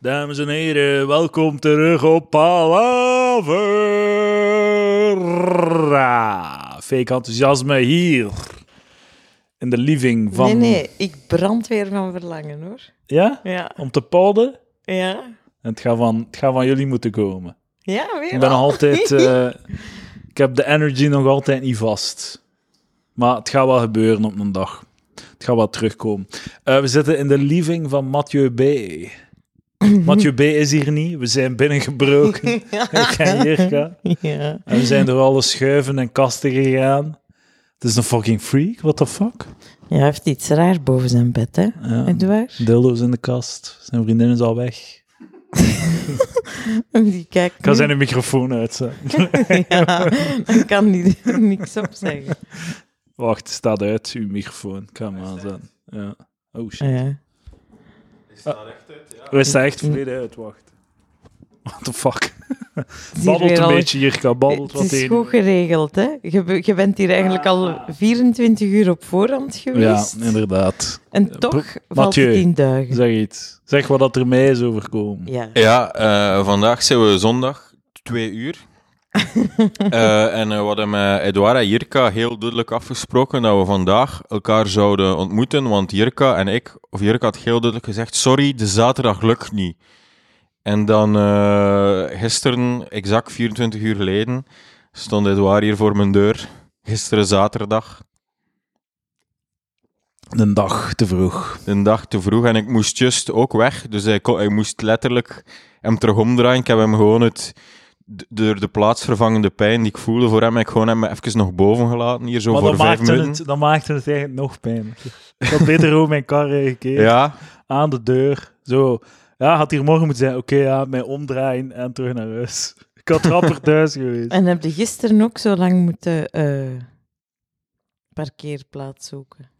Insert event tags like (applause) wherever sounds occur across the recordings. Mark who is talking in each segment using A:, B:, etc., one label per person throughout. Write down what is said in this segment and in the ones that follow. A: Dames en heren, welkom terug op Palavra. Fake enthousiasme hier. In de living van...
B: Nee, nee, ik brand weer van verlangen hoor.
A: Ja?
B: Ja,
A: Om te podden?
B: ja.
A: En het gaat van, het gaat van jullie moeten komen.
B: Ja, weer
A: Ik ben nog
B: al. (laughs)
A: altijd... eh, ik heb de energy nog altijd niet vast. Maar het gaat wel gebeuren op een dag. Het gaat wel terugkomen. Eh, we zitten in de living van Mathieu
B: (laughs)
A: B. Mathieu B. is hier niet. We zijn binnengebroken. (laughs) Ik en Jirka.
B: Ja.
A: En we zijn door alle schuiven en kasten gegaan. Het is een fucking freak, what the fuck?
B: ja, hij heeft iets raars boven zijn bed, hè?
A: Ja.
B: Edouard?
A: Dildo's in de kast, zijn vriendin is al weg.
B: Die kijkt
A: Ik ga
B: nu.
A: zijn microfoon uitzetten.
B: (laughs) Ja, dan kan hij (laughs) er niks op zeggen.
A: Wacht, staat uit, uw microfoon. Ik ga hem aanzetten. Ja. Oh shit.
B: Ja.
A: We staan echt volledig uit, wacht. What the fuck?
B: is hier
A: Babbelt
B: weer
A: een
B: al-
A: beetje, Jirka, babbelt wat
B: Het is
A: in.
B: goed geregeld, hè? Je, be- je bent hier eigenlijk al 24 uur op voorhand
A: Ja,
B: geweest.
A: inderdaad.
B: en toch valt
A: Mathieu.
B: het in duigen.
A: Zeg iets. Zeg wat dat er mij is overkomen.
B: Ja.
C: Ja, eh, vandaag zijn we zondag, twee uur. Eh, en eh, we hadden met Edouard en Jirka heel duidelijk afgesproken dat we vandaag elkaar zouden ontmoeten, want Jirka en ik, of Jirka had heel duidelijk gezegd, sorry, de zaterdag lukt niet. En dan eh, gisteren, exact 24 uur geleden, stond Edouard hier voor mijn deur. Gisteren zaterdag,
A: Een dag te vroeg.
C: een dag te vroeg, en ik moest just ook weg, dus hij, kon, hij moest letterlijk hem terug omdraaien. Ik heb hem gewoon het, d- door de plaatsvervangende pijn die ik voelde voor hem, heb ik gewoon hem even nog boven gelaten, hier zo
A: Maar
C: voor
A: dan
C: vijf
A: maakte,
C: minuten.
A: het, dan maakte het eigenlijk nog pijnlijker. Ik had beter over mijn kar gekeken.
C: Ja,
A: Aan de deur. Zo. Ja, had hier morgen moeten zijn. Oké, ja, mij omdraaien en terug naar huis. Ik had rapper thuis geweest.
B: (laughs) En heb je gisteren ook zo lang moeten eh, parkeerplaats zoeken?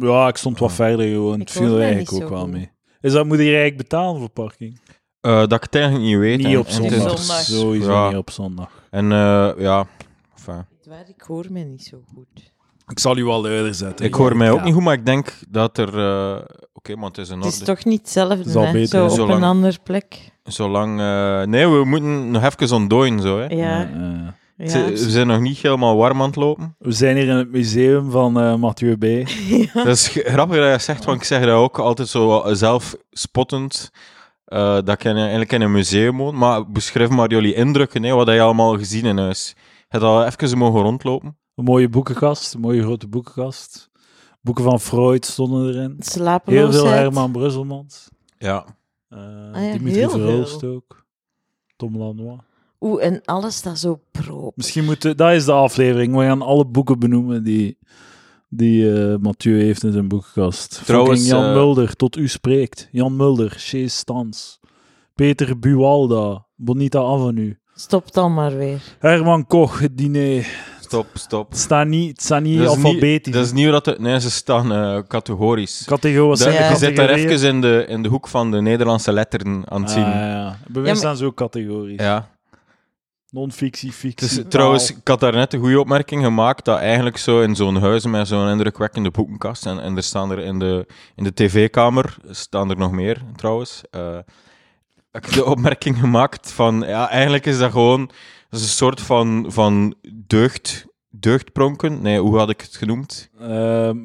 A: Ja, ik stond wat verder gewoon.
B: Ik
A: Het viel
B: hoorde mij
A: eigenlijk
B: niet
A: ook
B: zo
A: wel
B: goed.
A: mee. Is dat moet je eigenlijk betalen voor parking?
C: eh, dat ik het eigenlijk niet weet.
A: niet
C: en-
A: op
C: en het
A: zondag.
C: inter-
B: zondag.
A: Sowieso
C: Ja.
A: niet op zondag.
C: En eh, ja, enfin.
B: Waar ik hoor mij niet zo goed.
A: Ik zal u wel luider zetten.
C: ik hoor mij ook
A: Ja.
C: niet goed, maar ik denk dat er... eh, Oké, maar het is in
B: Het is
C: orde.
B: toch niet hetzelfde,
A: Het is al
B: hè?
A: beter,
B: zo
A: hè,
B: op
C: zolang-
B: een andere plek.
C: Zolang... eh, nee, we moeten nog even ontdooien, zo, hè.
B: Ja,
A: Ja, ja.
C: Het is-
B: ja.
C: We zijn nog niet helemaal warm aan het lopen.
A: We zijn hier in het museum van eh, Mathieu B.
C: Dat is g- grappig dat je dat zegt, want ik zeg dat ook altijd zo eh, zelf spottend. eh, dat ik in, eigenlijk in een museum woon. Maar beschrijf maar jullie indrukken, hè, wat heb je allemaal gezien in huis? Je hebt al even mogen rondlopen.
A: Een mooie boekenkast, een mooie grote boekenkast. Boeken van Freud stonden erin.
B: Slapeloosheid.
A: Heel veel Herman Brusselmans.
C: Ja.
A: Eh
B: Ah ja,
A: Dimitri
B: heel veel.
A: Verhulst ook. Tom Lanois.
B: Oeh, en alles staat zo proop.
A: Misschien moeten... Dat is de aflevering. We gaan alle boeken benoemen die, die eh, Mathieu heeft in zijn boekenkast.
C: Trouwens,
A: Fucking Jan
C: eh,
A: Mulder, tot u spreekt. Jan Mulder, Chase Stans. Peter Buwalda, Bonita Avenue.
B: Stop dan maar weer.
A: Herman Koch, het diner.
C: Stop, stop.
A: Het staat niet, het staat niet
C: Dat is niet-
A: alfabetisch.
C: Dat is nieuw dat er, Nee, ze staan eh, categorisch.
A: Categorieën, wat
C: Dat-
A: zijn de
B: ja.
C: Je zit daar
A: categorieën?
C: even in de, in de hoek van de Nederlandse letteren aan het zien.
A: Ah, ja. Bij mij
B: maar-
A: staan ze ook categorieën.
C: ja.
A: Non-fictie, fictie.
C: Het is,
A: taal.
C: trouwens, ik had daar net een goede opmerking gemaakt dat eigenlijk zo in zo'n huis met zo'n indrukwekkende boekenkast en, en er staan er in de, in de tv-kamer staan er nog meer trouwens. eh, heb ik de (laughs) opmerking gemaakt van ja, eigenlijk is dat gewoon dat is een soort van, van deugd, deugdpronken. Nee, hoe had ik het genoemd?
A: Ehm,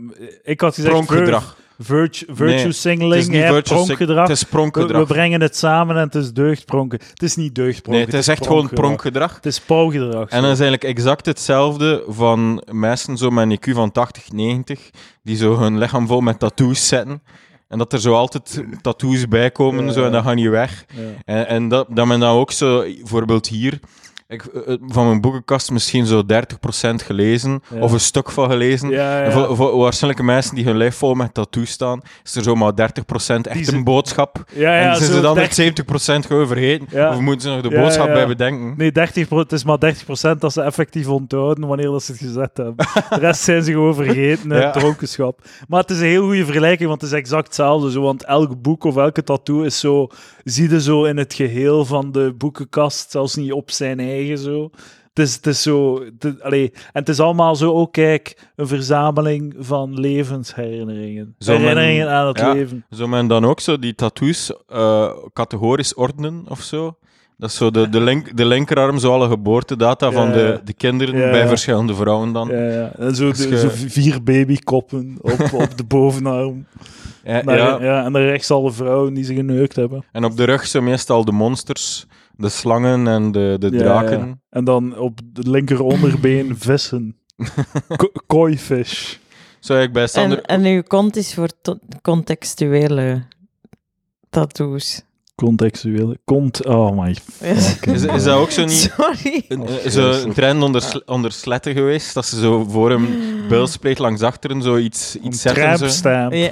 A: ik had gezegd vir,
C: Pronkgedrag.
A: virtue, virtue
C: Nee,
A: singling,
C: het is niet
A: hè,
C: virtue sing-
A: pronkgedrag.
C: Het is
A: We, we
C: pronkgedrag.
A: brengen het samen en het is deugdpronken. Het is niet deugdpronken.
C: Nee, het is echt gewoon pronkgedrag.
A: Het is pauwgedrag.
C: En dat is eigenlijk exact hetzelfde van mensen zo met een IQ van 80, 90, die zo hun lichaam vol met tattoos zetten. En dat er zo altijd tattoos bij komen
A: Ja.
C: zo, en dan gaan die weg.
A: Ja.
C: En, en dat, dat men dan ook zo, bijvoorbeeld hier, ik, eh, eh, van mijn boekenkast misschien zo 30% gelezen,
A: Ja.
C: of een stuk van gelezen.
A: Ja, ja.
C: En voor, voor waarschijnlijk mensen die hun lijf vol met tattoos staan, is er zomaar 30%
A: Die
C: echt
A: ze- Ah
C: een boodschap.
A: ja, ja,
C: en zijn
A: zo
C: ze dan
A: dertig-
C: echt 70% gewoon vergeten.
A: Ja.
C: Of moeten ze nog de
A: Ja,
C: boodschap
A: ja.
C: bij bedenken?
A: Nee, 30 het is maar 30% dat ze effectief onthouden wanneer dat ze het gezet hebben. De rest zijn ze gewoon vergeten en
C: Ja.
A: dronkenschap. Maar het is een heel goede vergelijking, want het is exact hetzelfde. Zo, want elk boek of elke tattoo is zo... Zie je zo in het geheel van de boekenkast, zelfs niet op zijn eigen zo. Het is, het is zo... het is- allee, en het is allemaal zo, oh kijk, een verzameling van levensherinneringen.
C: Zo
A: herinneringen
C: men-
A: aan het
C: ja.
A: leven.
C: Zou men dan ook zo die tattoos eh, categorisch ordenen of zo? Dat is zo de, de, link, de linkerarm, zo alle geboortedata van
A: Ja,
C: de,
A: ja.
C: de kinderen
A: Ja,
C: bij
A: ja.
C: verschillende vrouwen dan.
A: Ja, ja. En zo,
C: Als
A: de-
C: je-
A: zo vier babykoppen op, op de bovenarm.
C: Eh,
A: Maar,
C: ja.
A: ja. en dan rechts alle vrouwen die ze geneukt hebben.
C: En op de rug zo meestal de monsters, de slangen en de, de
A: Ja,
C: draken.
A: ja. En dan op het linker
C: (laughs)
A: onderbeen vissen. Ko- Koi fish.
C: Zou ik bij Sander...
B: En, en uw kont is voor to- contextuele tattoos.
A: Contextuele. Cont... Oh my
B: (laughs)
A: fucking
C: Is, is
A: god.
C: dat ook zo niet...
B: Sorry.
C: Een,
A: Of
C: is er een
A: vreselijk.
C: trend onder, sl- onder sletten geweest, dat ze zo voor een beeldspreet langs achteren zo iets,
A: Een
C: iets zetten. Zo.
A: tramstamp.
B: Ja,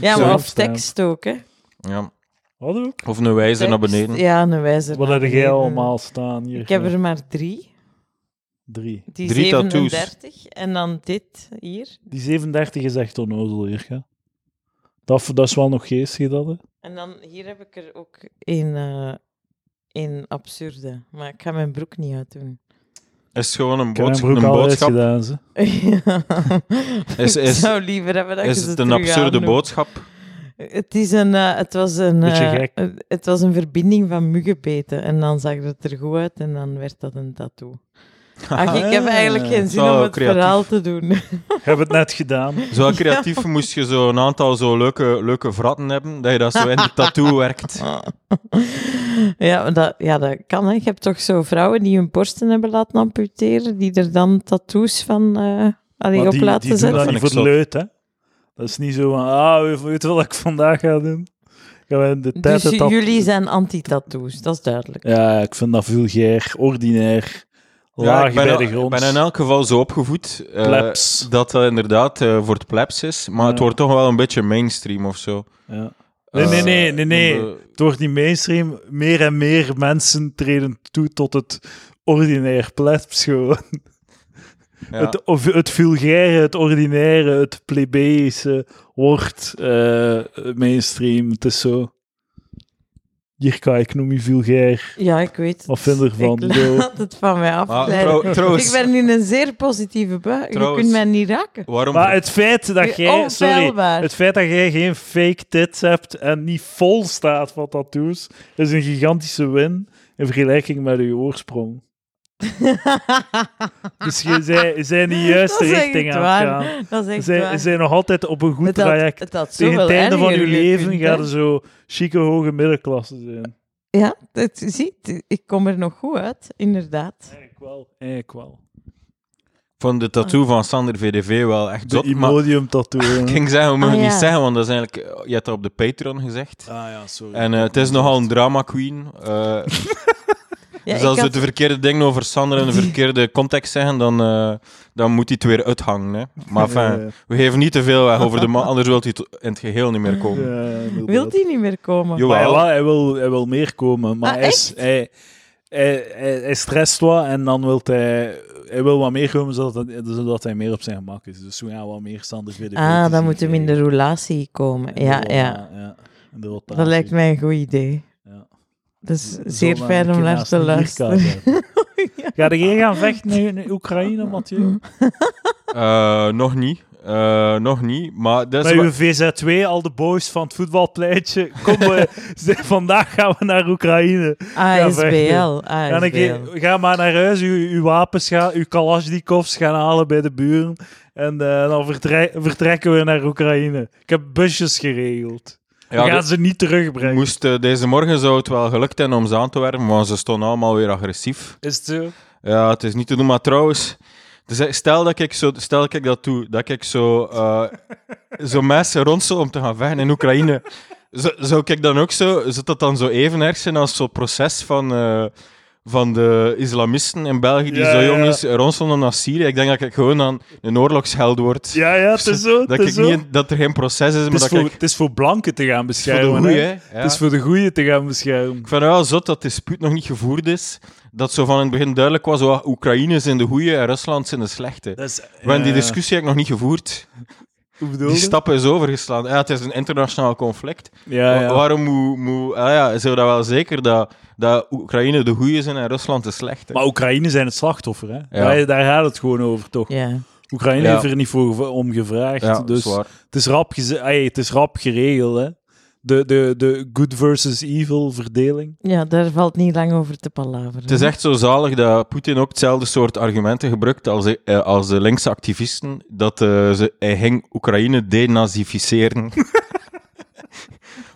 B: ja
C: Sorry.
B: maar of tekst ook, hè?
C: Ja.
A: Wat ook?
C: Of een wijzer naar
B: Tekst,
C: beneden.
B: Ja, een wijzer.
A: Wat
B: naar
A: heb jij
B: beneden.
A: allemaal staan hier?
B: Ik heb er maar drie.
A: Drie.
B: Die
C: Drie tattoos.
B: 37 en dan dit hier.
A: Die 37 is echt onnozel, Jirka. Dat, dat is wel nog geestig, dat hè?
B: En dan hier heb ik er ook een, eh een absurde. Maar ik ga mijn broek niet uitdoen.
C: Is gewoon een,
A: Ik heb mijn
C: boodsch-
A: broek
C: een
A: al
C: boodschap.
A: uitgedaan, ze.
B: Ja.
C: (laughs) Is-
B: ik
C: is-
B: zou liever hebben dat
C: Is
B: je ze
C: het een
B: terug
C: absurde
B: aandoet.
C: boodschap?
B: Het, is een, eh, het was een...
A: Beetje
B: eh,
A: gek.
B: het- Het was een verbinding van muggenbeten. En dan zag het er goed uit en dan werd dat een tattoo. Ach, ik heb eigenlijk geen zin
C: Zo
B: om het
C: creatief.
B: verhaal te doen.
A: Ik heb het net gedaan.
C: Zo creatief moest je zo een aantal zo leuke, leuke vratten hebben, dat je dat zo in de
A: (laughs)
C: tattoo werkt.
B: Ah. (laughs) ja, maar dat, ja, dat kan. Hè. Je hebt toch zo vrouwen die hun borsten hebben laten amputeren, die er dan tattoos van eh, allee,
A: Maar
B: op
A: die,
B: laten
A: die doen
B: zetten.
A: dat
C: Dat
A: niet
C: vind
A: voor
C: ik
A: de leut, hè? Dat is niet zo van, ah, weet- weet je wat ik vandaag ga doen? Gaan we de tijd
B: Dus j- jullie zijn anti-tattoos, dat is duidelijk.
A: Ja, ik vind dat vulgair, ordinair,
C: Ja,
A: laag
C: ik ben,
A: bij de
C: al-
A: grond.
C: ben in elk geval zo opgevoed eh,
A: Plebs.
C: dat dat inderdaad eh, voor het plebs is, maar het
A: Ja.
C: wordt toch wel een beetje mainstream of zo.
A: Ja. Nee, nee, nee, nee, nee.
C: Eh, om de-
A: Het wordt niet mainstream. Meer en meer mensen treden toe tot het ordinair plebs gewoon.
C: ja.
A: Het, of, het vulgaire, het ordinaire, het plebeïsche wordt eh, mainstream. Het is zo... Jirka, ik noem je vulgair.
B: Ja, ik weet het.
A: Wat vind je ervan?
B: Ik
A: Zo.
B: laat (laughs) het van mij
C: Ah,
A: (laughs)
B: afleiden.
C: trouw- trouwens,
B: ik ben in een zeer positieve bui. Je
C: Trouwens.
B: kunt mij niet raken.
C: waarom...
A: Maar het feit dat
B: oh,
A: jij... Sorry,
B: Onfeilbaar.
A: Het feit dat jij geen fake tits hebt en niet vol staat van tattoos, is een gigantische win in vergelijking met uw oorsprong. Dus je zij, je zij in de juiste
B: (laughs) Dat is echt
A: richting aan het
B: waar.
A: gaan.
B: (laughs) Dat is
A: Je
B: echt
A: zij,
B: waar.
A: je zij nog altijd op een goed
B: Het had-
A: traject.
B: het had
A: Tegen het
B: zoveel
A: einde van
B: erger
A: uw leven
B: gekund, hè.
A: gaat er zo chique hoge middenklasse zijn.
B: Ja, dat, zie, het- ik kom er nog goed uit, inderdaad.
A: Eigenlijk wel. Eigenlijk wel.
C: Ik vond de tattoo van Sander VDV wel echt
A: De
C: zot, maar
A: Imodium tattoo.
C: ik (laughs) ging zeggen, we mogen
B: Ah, ja.
C: niet zeggen, want dat is eigenlijk... Je hebt dat op de Patreon gezegd.
A: Ah ja, sorry.
C: En eh, het is nogal een drama queen. eh,
B: Ja,
C: dus als
B: ik
C: ze de verkeerde dingen over Sander in de verkeerde context zeggen, dan, eh, dan moet hij het weer uithangen. Hè. Maar
A: Ja,
C: enfin, we geven niet te veel weg over de man, anders wilt hij het in het geheel niet meer komen.
B: Wilt hij niet meer komen?
C: Jawel.
A: Maar hij, wil, hij, wil, hij wil meer komen, maar
B: Ah,
A: hij, is- hij, hij, hij, hij stresst wat en dan wil hij, hij wil wat meer komen zodat, het- zodat hij meer op zijn gemak is. Dus we gaan wat meer Sander VDV te
B: Ah,
A: zien
B: dan moet hem in de
A: krijgen.
B: roulatie komen. Ja,
A: En de
B: ja.
A: rota- eh, ja. en de rotatie.
B: Dat lijkt mij een goed idee.
A: Ja.
B: Dat is
A: Zo
B: zeer
A: lang
B: fijn
A: een
B: om
A: keer
B: naar
A: naast
B: te
A: een
B: luisteren. (laughs)
A: bierkaart hebben. Ga jij gaan vechten in in Oekraïne, Mathieu?
B: Mm.
C: Eh, nog niet. Eh, nog niet. Maar dat is
A: Bij
C: wa-
A: uw VZ2, al de boys van het voetbalpleintje.
B: (laughs)
A: Kom, we, ze- vandaag gaan we naar Oekraïne.
B: Ah, ASBL.
A: Ga, een keer-
B: ASBL.
A: ga maar naar huis, uw, uw wapens, gaan, uw kalasjnikovs gaan halen bij de buren. En eh, dan vertrek- vertrekken we naar Oekraïne. Ik heb busjes geregeld.
C: ja,
A: we gaan
C: de-
A: ze niet terugbrengen.
C: moest, eh, deze morgen zou het wel gelukt zijn om ze aan te werven, maar ze stonden allemaal weer agressief.
A: Is het
C: (laughs)
A: zo?
C: Ja, het is niet te doen, maar trouwens... Dus stel dat ik, zo, stel dat ik dat doe, dat ik zo, eh, zo mensen ronsel om te gaan vechten in Oekraïne. Zo- Zou ik dan ook zo... Zou dat dan zo even erg zijn als zo'n proces van, eh, van de islamisten in België die
A: Ja,
C: zo
A: ja, ja.
C: jongens ronselen naar Syrië? Ik denk dat ik gewoon aan een oorlogsheld word.
A: Ja, ja, het is zo.
C: dat,
A: Het is,
C: ik
A: zo.
C: niet, dat er geen proces is, maar
A: Het is
C: dat
A: voor,
C: ik...
A: het is voor blanken te gaan
C: Het is
A: beschermen.
C: voor de goeie,
A: hè.
C: hè. Ja.
A: Het is voor de goeie te gaan beschermen.
C: Ik vind het wel zot dat het dispuut nog niet gevoerd is. Dat zo van in het begin duidelijk was, wat Oekraïne is in de goeie en Rusland is in de slechte.
A: Dat is,
C: We hebben die
A: eh,
C: discussie eigenlijk nog niet gevoerd.
A: Hoe bedoel
C: Die
A: je?
C: stap is overgeslaan. Ah Ja, het is een internationaal conflict.
A: Ja,
C: Wa-
A: ja.
C: Waarom moet... moet ah ja, zou dat wel zeker dat, dat Oekraïne de goeie zijn en Rusland de slechte?
A: Maar Oekraïne zijn het slachtoffer, hè? Daar, daar gaat het gewoon over, toch?
B: Ja.
A: Oekraïne
C: Ja.
A: heeft er niet voor gev- om gevraagd.
C: ja,
A: dus
C: zwaar.
A: het is, rap geze- ey, het is rap geregeld, hè? De, de, de good versus evil verdeling.
B: ja, daar valt niet lang over te palaveren.
C: Het is echt zo zalig dat Poetin ook hetzelfde soort argumenten gebruikt als, de- eh, als de linkse activisten. Dat eh, ze, hij ging Oekraïne denazificeren.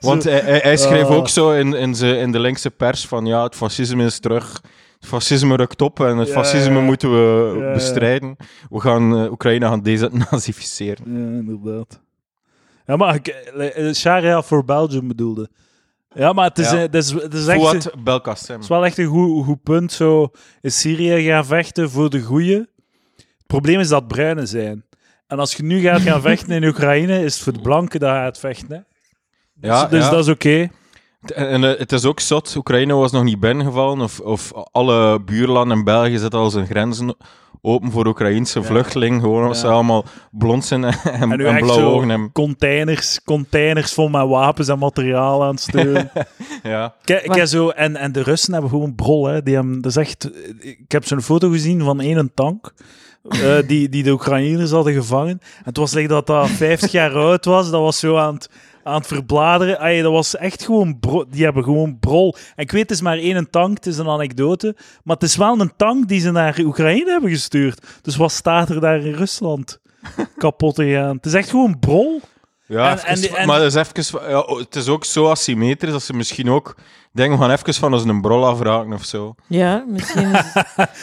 C: Want hij, hij, hij schreef
A: Ah.
C: ook zo in, in, ze, in de linkse pers van ja, het fascisme is terug. Het fascisme rukt op en het
A: Ja,
C: fascisme
A: ja.
C: moeten we
A: Ja, ja.
C: bestrijden. We gaan eh, Oekraïne gaan denazificeren.
A: Ja, inderdaad. Ja, maar ik, eh, Sharia voor Belgium bedoelde. Ja, maar het is,
C: Ja.
A: eh, het is, het is echt...
C: Fouad Belkacem.
A: Het is wel echt een goed, goed punt. Zo in Syrië gaan vechten voor de goeie. Het probleem is dat het bruinen zijn. En als je nu gaat
C: (laughs)
A: gaan vechten in Oekraïne, is het voor de blanken dat je gaat vechten. Hè? Dus,
C: Ja,
A: dus
C: ja.
A: dat is oké.
C: En, en, eh, het is ook zot, Oekraïne was nog niet binnengevallen of, of alle buurlanden in België zetten al zijn grenzen open voor Oekraïnse vluchtelingen, gewoon omdat
A: Ja.
C: ze allemaal blond zijn (laughs) en, en,
A: En nu echt
C: blauwe
A: zo
C: ogen hebben.
A: Containers, containers vol met wapens en materiaal aan het steunen.
C: Ja.
A: Kijk, kijk zo, en, en de Russen hebben gewoon brol. Hè. Die hebben, dat is echt, ik heb zo'n foto gezien van één tank eh, die, die de Oekraïners hadden gevangen. En het was like dat dat 50 jaar oud was. Dat was zo aan het, aan het verbladeren. Ay, dat was echt gewoon bro- Die hebben gewoon brol. En ik weet, het is maar één tank. Het is een anekdote. Maar het is wel een tank die ze naar Oekraïne hebben gestuurd. Dus wat staat er daar in Rusland kapot te gaan? Het is echt gewoon brol.
C: Ja,
A: En- en
C: even-
A: die- en-
C: maar dat is even, ja, oh, het is ook zo asymmetrisch dat ze misschien ook denken, we gaan even van ons een brol afraken of zo.
B: Ja, misschien
A: (laughs)
B: is,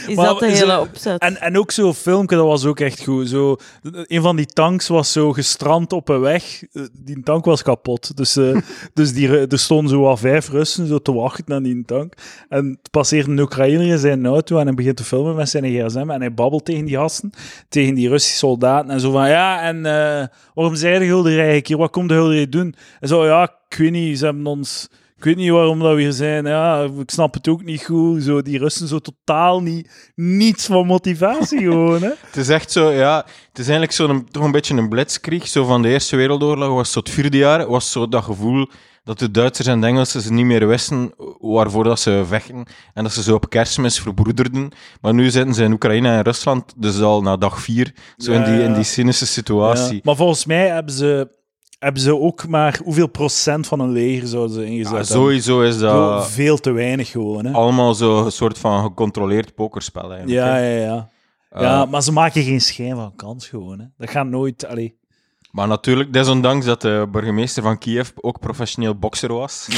B: is
A: Maar
B: dat de
A: is
B: hele
A: er-
B: opzet.
A: En, en ook zo'n filmpje, dat was ook echt goed. Zo, een van die tanks was zo gestrand op een weg. Eh, Die tank was kapot. Dus, eh, (laughs) dus die, Ru- er stonden zo al vijf Russen zo te wachten naar die tank. En het passeert een Oekraïner in zijn auto en hij begint te filmen met zijn gsm. En hij babbelt tegen die gasten, tegen die Russische soldaten. En zo van, ja, en eh, waarom zijn de Gulden eigenlijk hier? Wat komt de Gulden hier doen? En zo, ja, ik weet niet, ze hebben ons... Ik weet niet waarom dat we hier zijn. Ja, ik snap het ook niet goed. Zo, die Russen zo totaal niet niets van motivatie (laughs) gewoon, hè?
C: Het is echt zo, ja, het is eigenlijk zo een, toch een beetje een blitzkrieg, zo van de Eerste Wereldoorlog was zo het vierde jaar, was zo dat gevoel dat de Duitsers en de Engelsen ze niet meer wisten waarvoor dat ze vechten en dat ze zo op kerstmis verbroederden. Maar nu zitten ze in Oekraïne en Rusland, dus al na dag vier, zo in,
A: Ja,
C: die,
A: ja.
C: in die cynische situatie.
A: Maar volgens mij hebben ze, hebben ze ook maar hoeveel procent van een leger zouden ze ingezet
C: Ja,
A: hebben?
C: sowieso is
A: Zo
C: dat
A: Veel te weinig gewoon, hè?
C: allemaal zo'n soort van gecontroleerd pokerspel eigenlijk.
A: Ja,
C: hè.
A: ja, ja.
C: Eh,
A: ja, maar ze maken geen schijn van kans gewoon, hè? Dat gaat nooit, allee.
C: Maar natuurlijk, desondanks dat de burgemeester van Kiev ook professioneel bokser was. (laughs)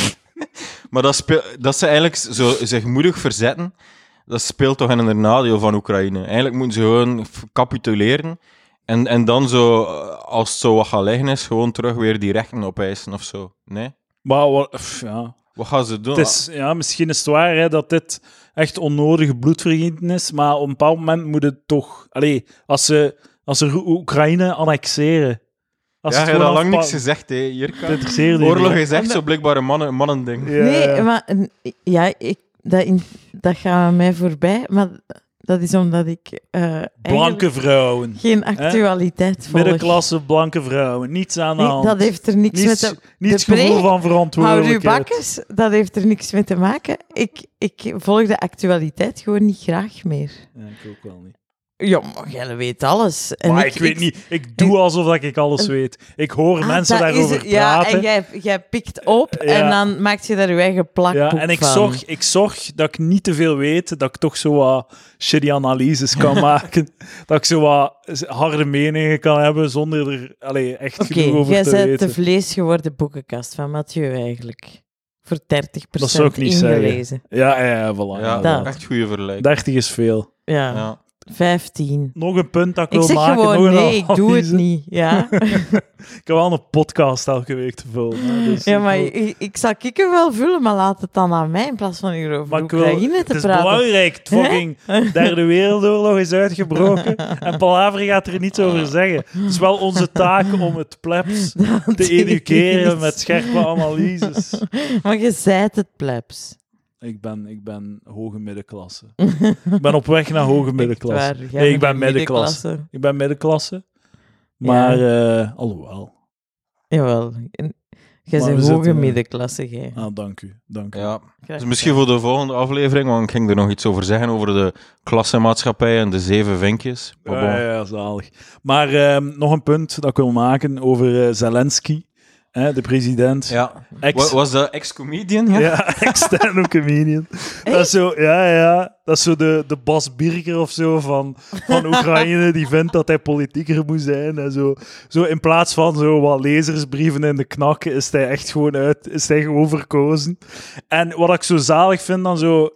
C: maar dat, speel- dat ze eigenlijk zo zich moedig verzetten, dat speelt toch in een nadeel van Oekraïne. Eigenlijk moeten ze gewoon f- capituleren en, en dan zo, eh, als het zo wat gaan liggen is, gewoon terug weer die rechten opeisen of zo. Nee?
A: Maar wa- pff, ja.
C: Wat gaan ze doen?
A: Het is, ja, misschien is het waar hè, dat dit echt onnodige bloedvergieten is, maar op een bepaald moment moet het toch... Allee, als ze, als ze Oe- Oekraïne annexeren... Als
C: Ah, ja,
A: ze
C: je
A: het
C: hebt
A: gewoon
C: al lang niks
A: afpakken-
C: gezegd, hè, Jirka.
A: Het interesseert die
C: Oorlog
A: niet, hè.
C: is echt zo blijkbaar een mannen, mannending.
A: Ja, ja.
B: Nee, maar n- ja, ik, dat, in, dat gaat mij voorbij. Maar dat is omdat ik eh, eigenlijk
A: Blanke vrouwen.
B: geen actualiteit volg.
A: Middenklasse blanke vrouwen. Niets aan de
B: Nee,
A: hand.
B: dat heeft er niks,
A: niets,
B: met te
A: niets
B: de
A: gevoel
B: pre-
A: van
B: Hou uw
A: verantwoordelijkheid.
B: bakkes, dat heeft er niks mee te maken. Ik, ik volg de actualiteit gewoon niet graag meer.
A: Ja, ik ook wel niet.
B: Ja, maar jij weet alles. En
A: maar ik, weet niet. Ik doe alsof dat ik alles weet. Ik hoor
B: Ah,
A: mensen
B: dat is
A: daarover
B: het. Ja,
A: praten.
B: en jij, jij pikt op
A: Ja.
B: en dan maak je daar je eigen plakboek
A: Ja,
B: van.
A: en ik zorg, ik zorg dat ik niet te veel weet, dat ik toch zo wat shitty analyses
B: (laughs)
A: kan maken. Dat ik zo wat harde meningen kan hebben zonder er allee, echt
B: Oké,
A: genoeg over
B: jij
A: te
B: bent
A: weten.
B: de vlees geworden boekenkast van Mathieu eigenlijk. Voor 30%
A: Dat zou ik niet
B: ingelezen.
A: Ja, ja, ja, voilà.
C: Ja,
A: inderdaad.
C: echt goede vergelijking.
A: 30 is veel.
B: Ja,
C: Ja.
B: 15.
A: Nog een punt dat ik,
B: Ik
A: wil
B: zeg
A: maken. nog
B: gewoon,
A: een
B: nee, ik doe het
A: analyse.
B: niet. Ja,
A: Ik heb wel een podcast elke week te vullen. hè, dus
B: ja
A: ik
B: maar
A: wil-
B: ik, ik zal kikken wel vullen, maar laat het dan aan mij in plaats van hier over
A: maar ik wil-
B: Oekraïne
A: het
B: te
A: is
B: praten.
A: belangrijk. Het fucking
B: (laughs)
A: derde wereldoorlog is uitgebroken. En Palaver gaat er niets over zeggen. Het is wel onze taak om het plebs
B: Dat
A: te educeren
B: is-
A: met scherpe analyses.
B: (laughs) Maar je zijt het, plebs.
A: Ik ben, ik ben hoge middenklasse. Ik ben op weg naar hoge (laughs) middenklasse.
B: Echt waar, jij
A: Nee, ik
B: bent
A: ben
B: een
A: middenklasse. Ik ben middenklasse. Maar, eh, alhoewel.
B: Jawel. En Jij
A: Maar
B: bent
A: we
B: hoge
A: zitten- eh,
B: middenklasse, jij.
A: Ah, dank u. Dank u.
C: Ja.
B: Krijg
C: Dus misschien voor de volgende aflevering, want ik ging er nog iets over zeggen over de klassenmaatschappij en de zeven vinkjes. Maar bon.
A: Ja, ja, ja, zalig. Maar ehm, nog een punt dat ik wil maken over eh, Zelensky, hè, de president.
C: Ja.
A: Ex-
C: Wa- Was dat ex-comedian? Ja?
A: Ja, (laughs) ex-stand-up comedian. Dat is zo, ja, ja. Dat is zo de, de Bas Birker of zo van, van Oekraïne, die vindt dat hij politieker moet zijn. En zo. Zo, in plaats van zo wat lezersbrieven in de knak, is hij echt gewoon uit, is hij gewoon verkozen. En wat ik zo zalig vind dan zo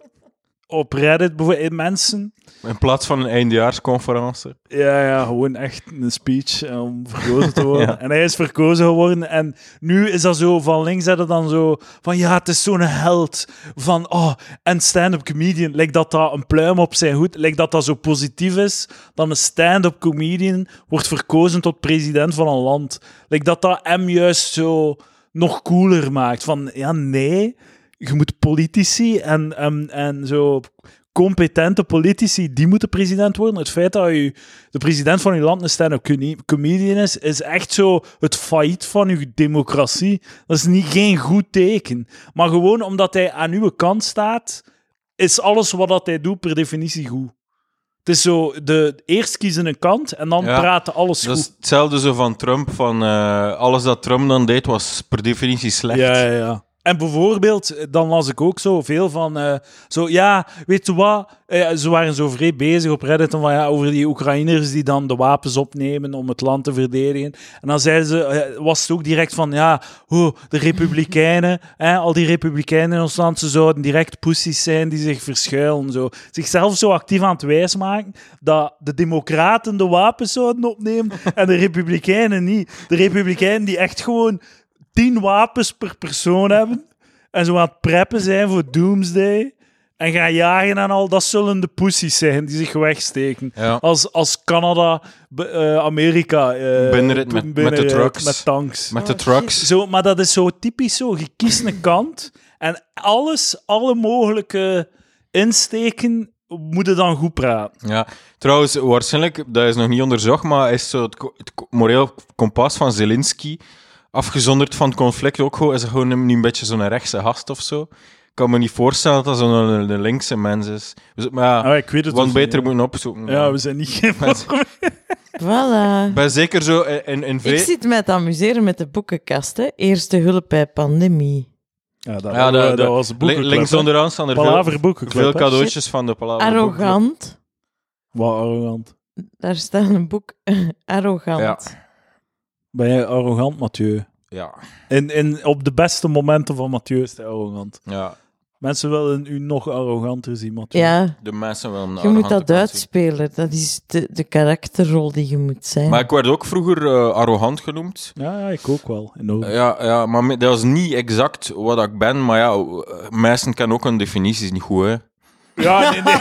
A: op Reddit, bijvoorbeeld, mensen
C: In plaats van een eindejaarsconferentie.
A: ja, ja, gewoon echt een speech eh, om verkozen te worden.
C: Ja.
A: En hij is verkozen geworden. En nu is dat zo van links zetten dan zo van ja, het is zo'n held van oh, en stand-up comedian. Lijkt dat dat een pluim op zijn hoed, lijkt dat dat zo positief is. Dan een stand-up comedian wordt verkozen tot president van een land. Lijkt dat dat hem juist zo nog cooler maakt. Van ja, nee, je moet politici en, en, en zo competente politici, die moeten president worden. Het feit dat u de president van uw land een stand-up comi- comedian is, is echt zo het failliet van uw democratie. Dat is niet, geen goed teken. Maar gewoon omdat hij aan uw kant staat, is alles wat dat hij doet per definitie goed. Het is zo, de, eerst kiezen een kant en dan
C: Ja,
A: praten alles
C: Dat
A: goed.
C: is hetzelfde zo van Trump, van eh, alles dat Trump dan deed was per definitie slecht.
A: Ja, ja, ja. En bijvoorbeeld, dan las ik ook zo veel van, eh, zo, ja, weet je wat? Eh, ze waren zo vreed bezig op Reddit en van, ja, over die Oekraïners die dan de wapens opnemen om het land te verdedigen. En dan zeiden ze, eh, was het ook direct van, ja, hoe de republikeinen, (laughs) hè, al die republikeinen in ons land, ze zouden direct pussies zijn die zich verschuilen. Zo. Zichzelf zo actief aan het wijsmaken dat de democraten de wapens zouden opnemen en de republikeinen niet. De republikeinen die echt gewoon tien wapens per persoon hebben en zo aan het preppen zijn voor Doomsday en gaan jagen en al, dat zullen de pussies zijn die zich wegsteken.
C: Ja.
A: Als, als Canada, be- eh, Amerika... eh,
C: Binnenrit met- met de
A: binnenrit
C: trucks.
A: Met tanks.
C: Met de
B: Oh,
C: trucks.
A: Zo, maar dat is zo typisch zo, je kiest een kant en alles, alle mogelijke insteken moeten dan goed praten.
C: Ja, trouwens, waarschijnlijk, dat is nog niet onderzocht, maar is zo het, ko- het ko- moreel kompas van Zelensky afgezonderd van het conflict ook gewoon, is hij gewoon nu een beetje zo'n rechtse gast of zo? Ik kan me niet voorstellen dat dat zo'n eh, een, een linkse mens is. Dus, maar ja,
A: Ah, ik weet het
C: wat
A: dus
C: beter
A: niet,
C: moeten opzoeken.
A: ja. Ja, we zijn niet (laughs) geïnformeerd.
B: Voilà.
C: Ik ben zeker zo in, in, in
B: Ik
C: vele-
B: zit met amuseren met de boekenkast, hè. Eerste hulp bij pandemie.
A: Ja, dat,
C: (laughs) Ja,
A: dat,
C: de- de-
A: was
C: li-
A: boekenclub,
C: links
A: hè.
C: onderaan staan er veel,
A: Palaver boekenclub,
C: veel
A: hè.
C: cadeautjes van de Palaver.
B: Arrogant.
A: Wat arrogant.
B: Daar staat een boek. (laughs) Arrogant.
A: Ben jij arrogant, Mathieu?
C: Ja,
A: In, in, op de beste momenten van Mathieu is hij arrogant.
C: ja,
A: Mensen willen u nog arroganter zien, Mathieu.
B: Ja,
C: de mensen wel een
B: je moet
C: arrogante
B: dat
C: kant zien.
B: uitspelen. Dat is de, de karakterrol die je moet zijn.
C: Maar ik werd ook vroeger eh, arrogant genoemd.
A: Ja, ja, ik ook wel. In orde.
C: Ja, ja, maar me- dat is niet exact wat ik ben. Maar ja, eh, mensen kennen ook hun definities niet goed. Hè.
A: (laughs) Ja, (laughs) nee, nee,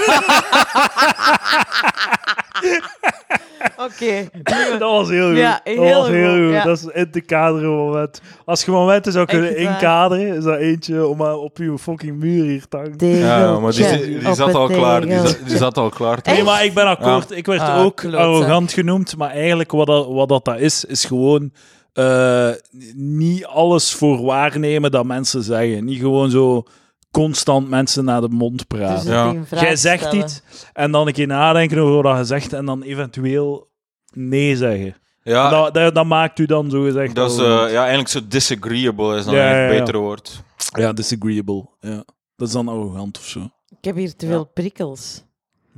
B: Oké.
A: dat was heel goed.
B: Ja,
A: dat
B: heel
A: was heel
B: goed,
A: goed.
B: ja.
A: Dat is in te kaderen moment. Als je momenten zou kunnen
B: Echt waar.
A: inkaderen, is dat eentje om aan- op je fucking muur hier te hangen.
C: Ja, ja, maar die, die,
B: Op
C: zat
B: het
C: al klaar. Die
B: tegel.
C: zat, die zat al klaar.
A: Nee, maar ik ben akkoord. Ik werd
B: Ah,
A: ook
B: klootzak.
A: arrogant genoemd, maar eigenlijk wat dat, wat dat, dat is, is gewoon eh, niet alles voor waarnemen dat mensen zeggen. Niet gewoon zo constant mensen naar de mond praten.
B: Dus het
C: Ja.
B: in vraag
A: Jij zegt
B: stellen.
A: iets en dan een keer nadenken over wat je zegt en dan eventueel nee zeggen.
C: Ja,
A: dat, dat, dat maakt u dan zo gezegd.
C: Ah. Nou, dat is eh,
A: arrogant.
C: ja, eigenlijk zo disagreeable is dan
A: Ja,
C: eigenlijk
A: ja, ja.
C: het betere woord.
A: ja, disagreeable. Ja. Dat is dan arrogant of zo.
B: Ik heb hier te veel prikkels.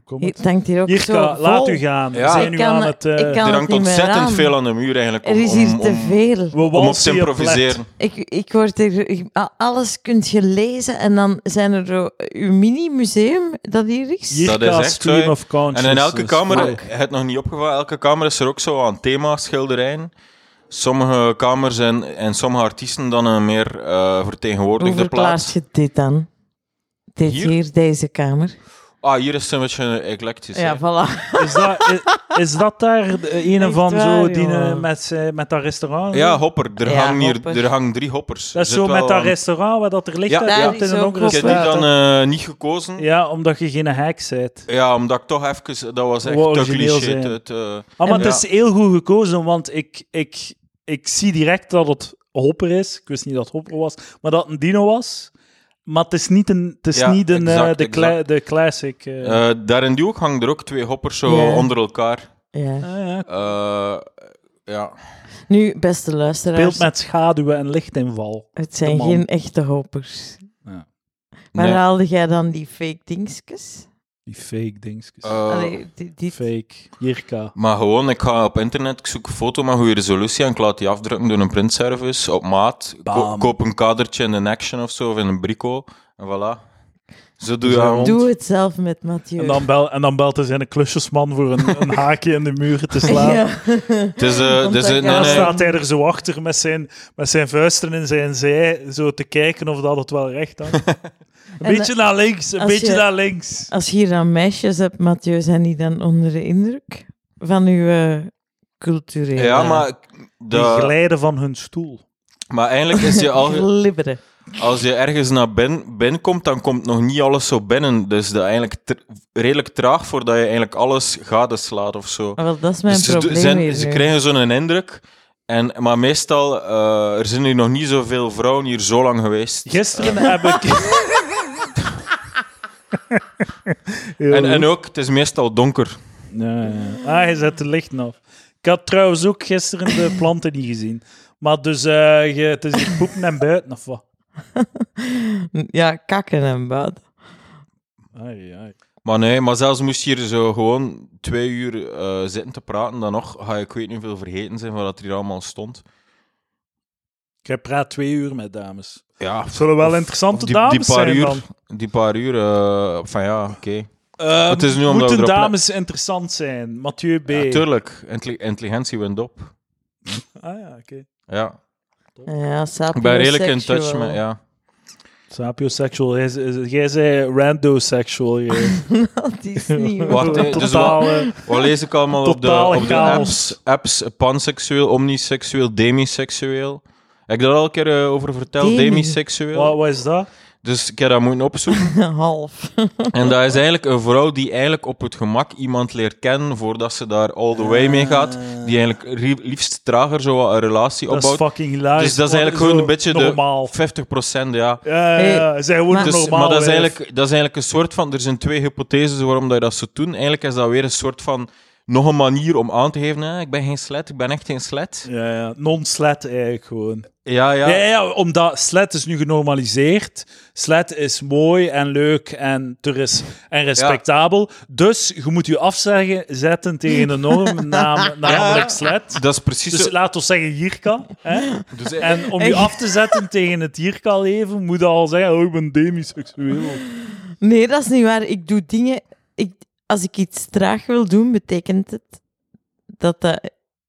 A: Kom
B: Hier- Het hangt hier ook zo
A: Jirka,
B: vol.
A: laat u gaan.
C: Ja.
A: We zijn
B: Ik
A: nu
B: kan-
A: aan het... eh,
B: ik kan-
C: Er
B: het
C: hangt
B: niet meer
C: ontzettend
B: aan.
C: veel aan de muur eigenlijk om,
B: Er is hier
C: om,
B: te
C: om,
B: veel.
A: we
C: om op
A: walsen
C: te
A: hier op let.
C: improviseren.
B: Ik, ik word er, ik- a- alles kunt je lezen en dan zijn er zo- uw mini-museum dat hier is.
A: Jirka,
C: Dat is echt
A: stream
C: zo,
A: of consciousness.
C: En in elke kamer,
A: Amai.
C: het nog niet opgevallen, elke kamer is er ook zo aan themaschilderijen. Sommige kamers en, en sommige artiesten dan een meer eh
B: Hoe
C: vertegenwoordigde
B: verklaart
C: plaats.
B: je dit dan? Dit
C: Hier?
B: hier, deze kamer.
C: Ah, hier is het een beetje eclectisch. hè.
B: Ja, voilà.
A: Is dat, is, is dat daar de ene
B: Echt
A: van zo
B: waar,
A: die eh,
B: jongen.
A: met, zijn- met dat restaurant?
C: Ja, hopper. Er,
B: Ja,
C: hangen, hier,
B: hopper.
C: er hangen drie hoppers.
A: dat is
C: Zit
A: zo met
C: wel
A: dat
C: aan-
A: restaurant waar dat er ligt
C: Ja,
A: dat
B: daar
A: dat
B: is
A: in een
B: ook
A: donkere
C: Ik heb die
A: straat.
C: dan eh, niet gekozen. Ja.
A: Ja, omdat je geen heks bent.
C: omdat ik toch even... Dat was echt
A: Wou
C: te
A: origineel
C: cliché.
A: zijn.
C: te- te-
A: Ah, maar
C: Ja.
A: het is heel goed gekozen, want ik, ik, ik zie direct dat het Hopper is. Ik wist niet dat het Hopper was, maar dat het een dino was. Maar het is niet, een, het is
C: Ja,
A: niet een, eh,
C: exact,
A: de, cla-
C: exact.
A: de classic. eh.
C: Eh, daar in die hoek hangen er ook twee hoppers zo
B: Ja.
C: onder elkaar.
B: Ja.
A: Ah, ja.
C: Eh, ja.
B: Nu, beste luisteraars,
A: Beeld met schaduwen en lichtinval.
B: het
A: de
B: zijn
A: man.
B: geen echte hoppers. Maar
C: Nee.
B: haalde jij dan die fake dingetjes?
A: Die fake dingetjes.
C: Eh,
B: Allee, die, die-
A: fake. Jirka.
C: Maar gewoon, ik ga op internet, ik zoek een foto met goede resolutie en ik laat die afdrukken door een printservice op maat. Ko-
A: Bam.
C: koop een kadertje in een Action of zo, of in een Brico. En voilà. Zo doe je
A: Zo.
C: aan.
B: Doe het zelf met Mathieu.
A: En dan, bel, en dan belt hij zijn klusjesman voor een,
B: (laughs)
A: een haakje in de muren te slaan. (laughs)
B: Ja.
C: Het is, eh,
B: Want
C: het is
B: dan
A: En dan
B: kan
C: een- nee,
B: het
C: nee.
A: staat hij er zo achter met zijn, met zijn vuisten in zijn zij, zo te kijken of dat het wel recht
B: (laughs)
A: had. Een
B: En,
A: beetje naar links, een
B: als
A: beetje
B: je-
A: naar links.
B: Als je hier dan meisjes hebt, Mathieu, zijn die dan onder de indruk van uw eh, culturele...
C: Ja, maar,
A: Die
C: de,
A: glijden van hun stoel.
C: maar eigenlijk is
B: (laughs)
C: je al,
B: Glibberen.
C: Als je ergens naar binnen, binnen komt, dan komt nog niet alles zo binnen. Dus dat eigenlijk tr- redelijk traag voordat je eigenlijk alles gadeslaat of zo.
B: Ah, Wel, dat is mijn
C: Dus ze,
B: probleem
C: zijn-
B: weer
C: ze
B: nu.
C: krijgen zo'n indruk. En, maar meestal, eh, er zijn hier nog niet zoveel vrouwen hier zo lang geweest.
A: Gisteren heb ik...
B: (laughs)
A: Heel
C: En,
A: goed.
C: en ook, het is meestal donker.
A: Ja, ja. Ah, je zet de lichten af. Ik had trouwens ook gisteren de planten niet gezien. Maar dus, eh, je, het is hier poepen en buiten, of wat?
B: Ja, kakken en baden.
A: Ai, ai.
C: Maar nee, maar zelfs moest je hier zo gewoon twee uur eh, zitten te praten, dan nog ga je ik weet niet hoeveel vergeten zijn van wat er hier allemaal stond.
A: Jij praat twee uur met dames.
C: Ja,
A: Het zullen wel
C: Of-
A: interessante
C: of die,
A: dames
C: die paar
A: zijn
C: uur,
A: dan.
C: Die paar uur, eh, van ja, oké.
A: Ehm,
C: Het is nu omdat we
A: moeten
C: erop le-
A: dames interessant zijn? Mathieu B.
C: Ja, tuurlijk. Intelli- intelligentie wint op.
A: ah ja, oké.
C: Ja.
B: Ja,
C: Ik ben redelijk in touch
B: (laughs) ja.
C: met... Ja.
A: Sapiosexual. Jij is- is- Jij zei randosexual. jij.
B: Dat is niet (laughs) waar.
C: (laughs)
A: (laughs)
C: Wacht, hè, dus
A: Totale-
C: Wat lees ik allemaal op de,
A: Totale
C: op de
A: chaos.
C: apps? Apps, panseksueel, omniseksueel, demiseksueel. Heb ik daar al een keer eh, over verteld?
B: Demi.
C: Demiseksueel.
A: Wat, wat is dat?
C: Dus ik heb dat moeten
B: (laughs)
C: opzoeken.
B: Half.
C: en dat is eigenlijk een vrouw die eigenlijk op het gemak iemand leert kennen voordat ze daar all the way mee gaat. Die eigenlijk ri- liefst trager zo wat een relatie
A: Dat is
C: opbouwt.
A: fucking hilarisch.
C: Dus dat is
A: Wat-
C: eigenlijk
A: zo
C: gewoon een beetje
A: normaal.
C: de 50% ja.
A: Ja, ja, ja. Zij gewoon
B: maar-
A: een
C: Dus,
A: normaal
C: maar dat is,
A: wijf.
C: eigenlijk, dat is eigenlijk een soort van. Er zijn twee hypotheses waarom dat je dat zo doen. Eigenlijk is dat weer een soort van. Nog een manier om aan te geven: hè, ik ben geen slet, ik ben echt geen slet.
A: Ja, ja. Non-slet eigenlijk gewoon.
C: Ja, ja.
A: Ja. Ja, omdat slet is nu genormaliseerd. Slet is mooi en leuk en, er is, en respectabel. Dus je moet je afzeggen zetten tegen een norm,
C: (laughs)
A: naam, namelijk slet.
C: Dat is precies.
A: Dus
C: zo-
A: laat ons zeggen Jirka. Hè?
C: dus, eh,
A: En om je
B: Echt?
A: af te zetten tegen het Jirka-leven, moet je al zeggen, oh, ik ben
C: (laughs)
A: demiseksueel.
B: Nee, dat is niet waar. Ik doe dingen... Ik, als ik iets traag wil doen, betekent het dat dat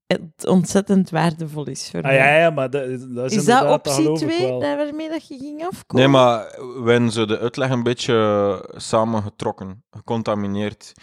B: het ontzettend waardevol is voor
A: Ah,
B: mij.
A: ja, ja, maar dat, dat is,
B: Is dat
A: inderdaad, dat
B: optie
A: geloof ik
B: 2
A: wel.
B: waarmee dat je ging afkomen?
C: nee, maar wanneer ze de uitleg een beetje eh, samengetrokken, gecontamineerd.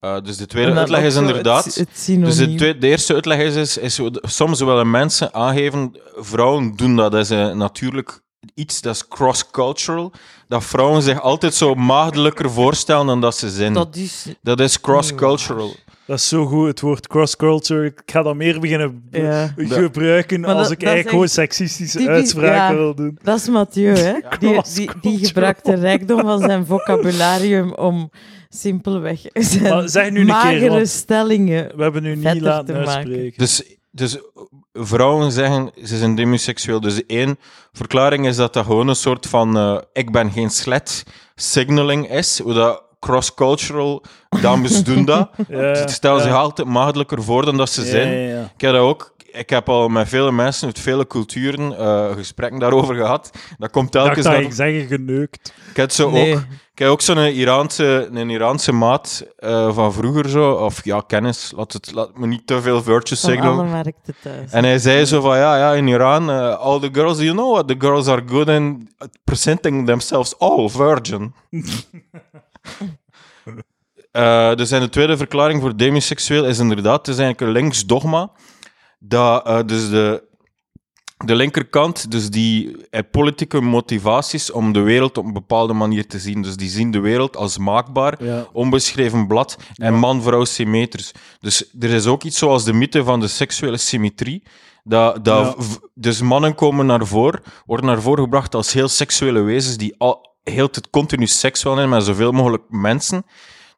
C: Eh, dus de tweede
B: En dan
C: uitleg
B: ook
C: is
B: zo het-
C: inderdaad.
B: Het,
C: dus de,
B: synoniem.
C: tweede, de eerste uitleg is, is, is zo- soms willen mensen aangeven, vrouwen doen dat, dat is eh, natuurlijk iets, dat is cross-cultural, dat vrouwen zich altijd zo maagdelijker voorstellen dan dat ze zijn. Dat,
B: Dat is...
C: is cross-cultural.
A: Dat is zo goed, het woord cross-culture. Ik ga dat meer beginnen be-
B: Ja.
A: gebruiken
B: Maar
A: als
B: dat-
A: ik
B: dat
A: eigenlijk
B: is
A: gewoon
B: echt
A: seksistische
B: typisch-
A: uitspraken
B: ja.
A: wil doen.
B: Dat is Mathieu,
C: (laughs)
B: hè? Die, die,
A: Cross-cultural.
B: die gebruikt de rijkdom van zijn vocabularium om simpelweg zijn
A: (laughs) Maar zeg nu een keer,
B: magere
A: want-
B: stellingen.
A: We hebben nu niet
B: Vetter
A: laten
B: te maken.
A: uitspreken.
C: Dus, dus vrouwen zeggen, ze zijn demiseksueel. Dus één verklaring is dat dat gewoon een soort van, eh, ik ben geen slet, signaling is, hoe dat cross-cultural, dames doen dat.
A: (laughs) Ja,
C: Ze stellen
A: ja.
C: zich altijd maagdelijker voor dan dat Dus ze
A: Ja,
C: zijn.
A: ja, ja.
C: Ik heb dat ook. Ik heb al met vele mensen uit vele culturen eh, gesprekken daarover gehad. Dat komt
A: Ik dacht
C: telkens
A: dat
C: naar...
A: ik zeggen geneukt.
C: Ik heb zo
B: Nee.
C: ook... Ik heb ook zo'n Iraanse, een Iraanse maat eh, van vroeger zo, of ja, kennis, laat, het, laat me niet te veel virtue
B: Van alle
C: signal.
B: markten thuis.
C: En hij zei zo van, ja, ja, in Iran, eh, all the girls, you know what, the girls are good oh, in presenting themselves all virgin. eh, dus in de tweede verklaring voor demiseksueel is inderdaad, het is eigenlijk een links dogma, dat eh, dus de, de linkerkant, dus die heeft politieke motivaties om de wereld op een bepaalde manier te zien. Dus die zien de wereld als maakbaar,
A: Ja.
C: onbeschreven blad en man-vrouw symmetrisch. Dus er is ook iets zoals de mythe van de seksuele symmetrie. Dat, dat
A: Ja.
C: v- dus mannen komen naar voren, worden naar voren gebracht als heel seksuele wezens die al heel tijd continu seks willen hebben met zoveel mogelijk mensen.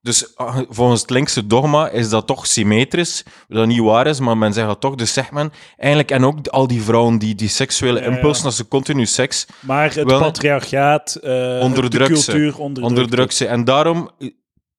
C: Dus ah, volgens het linkse dogma is dat toch symmetrisch, wat dat niet waar is, maar men zegt dat toch. Dus zegt men eigenlijk, en ook al die vrouwen die die seksuele
A: Ja, ja.
C: impulsen, dat ze continu seks
A: Maar het
C: Wel, hè?
A: patriarchaat, eh de
C: Onderdrukt ze.
A: cultuur onderdrukt.
C: onderdrukt ze. En daarom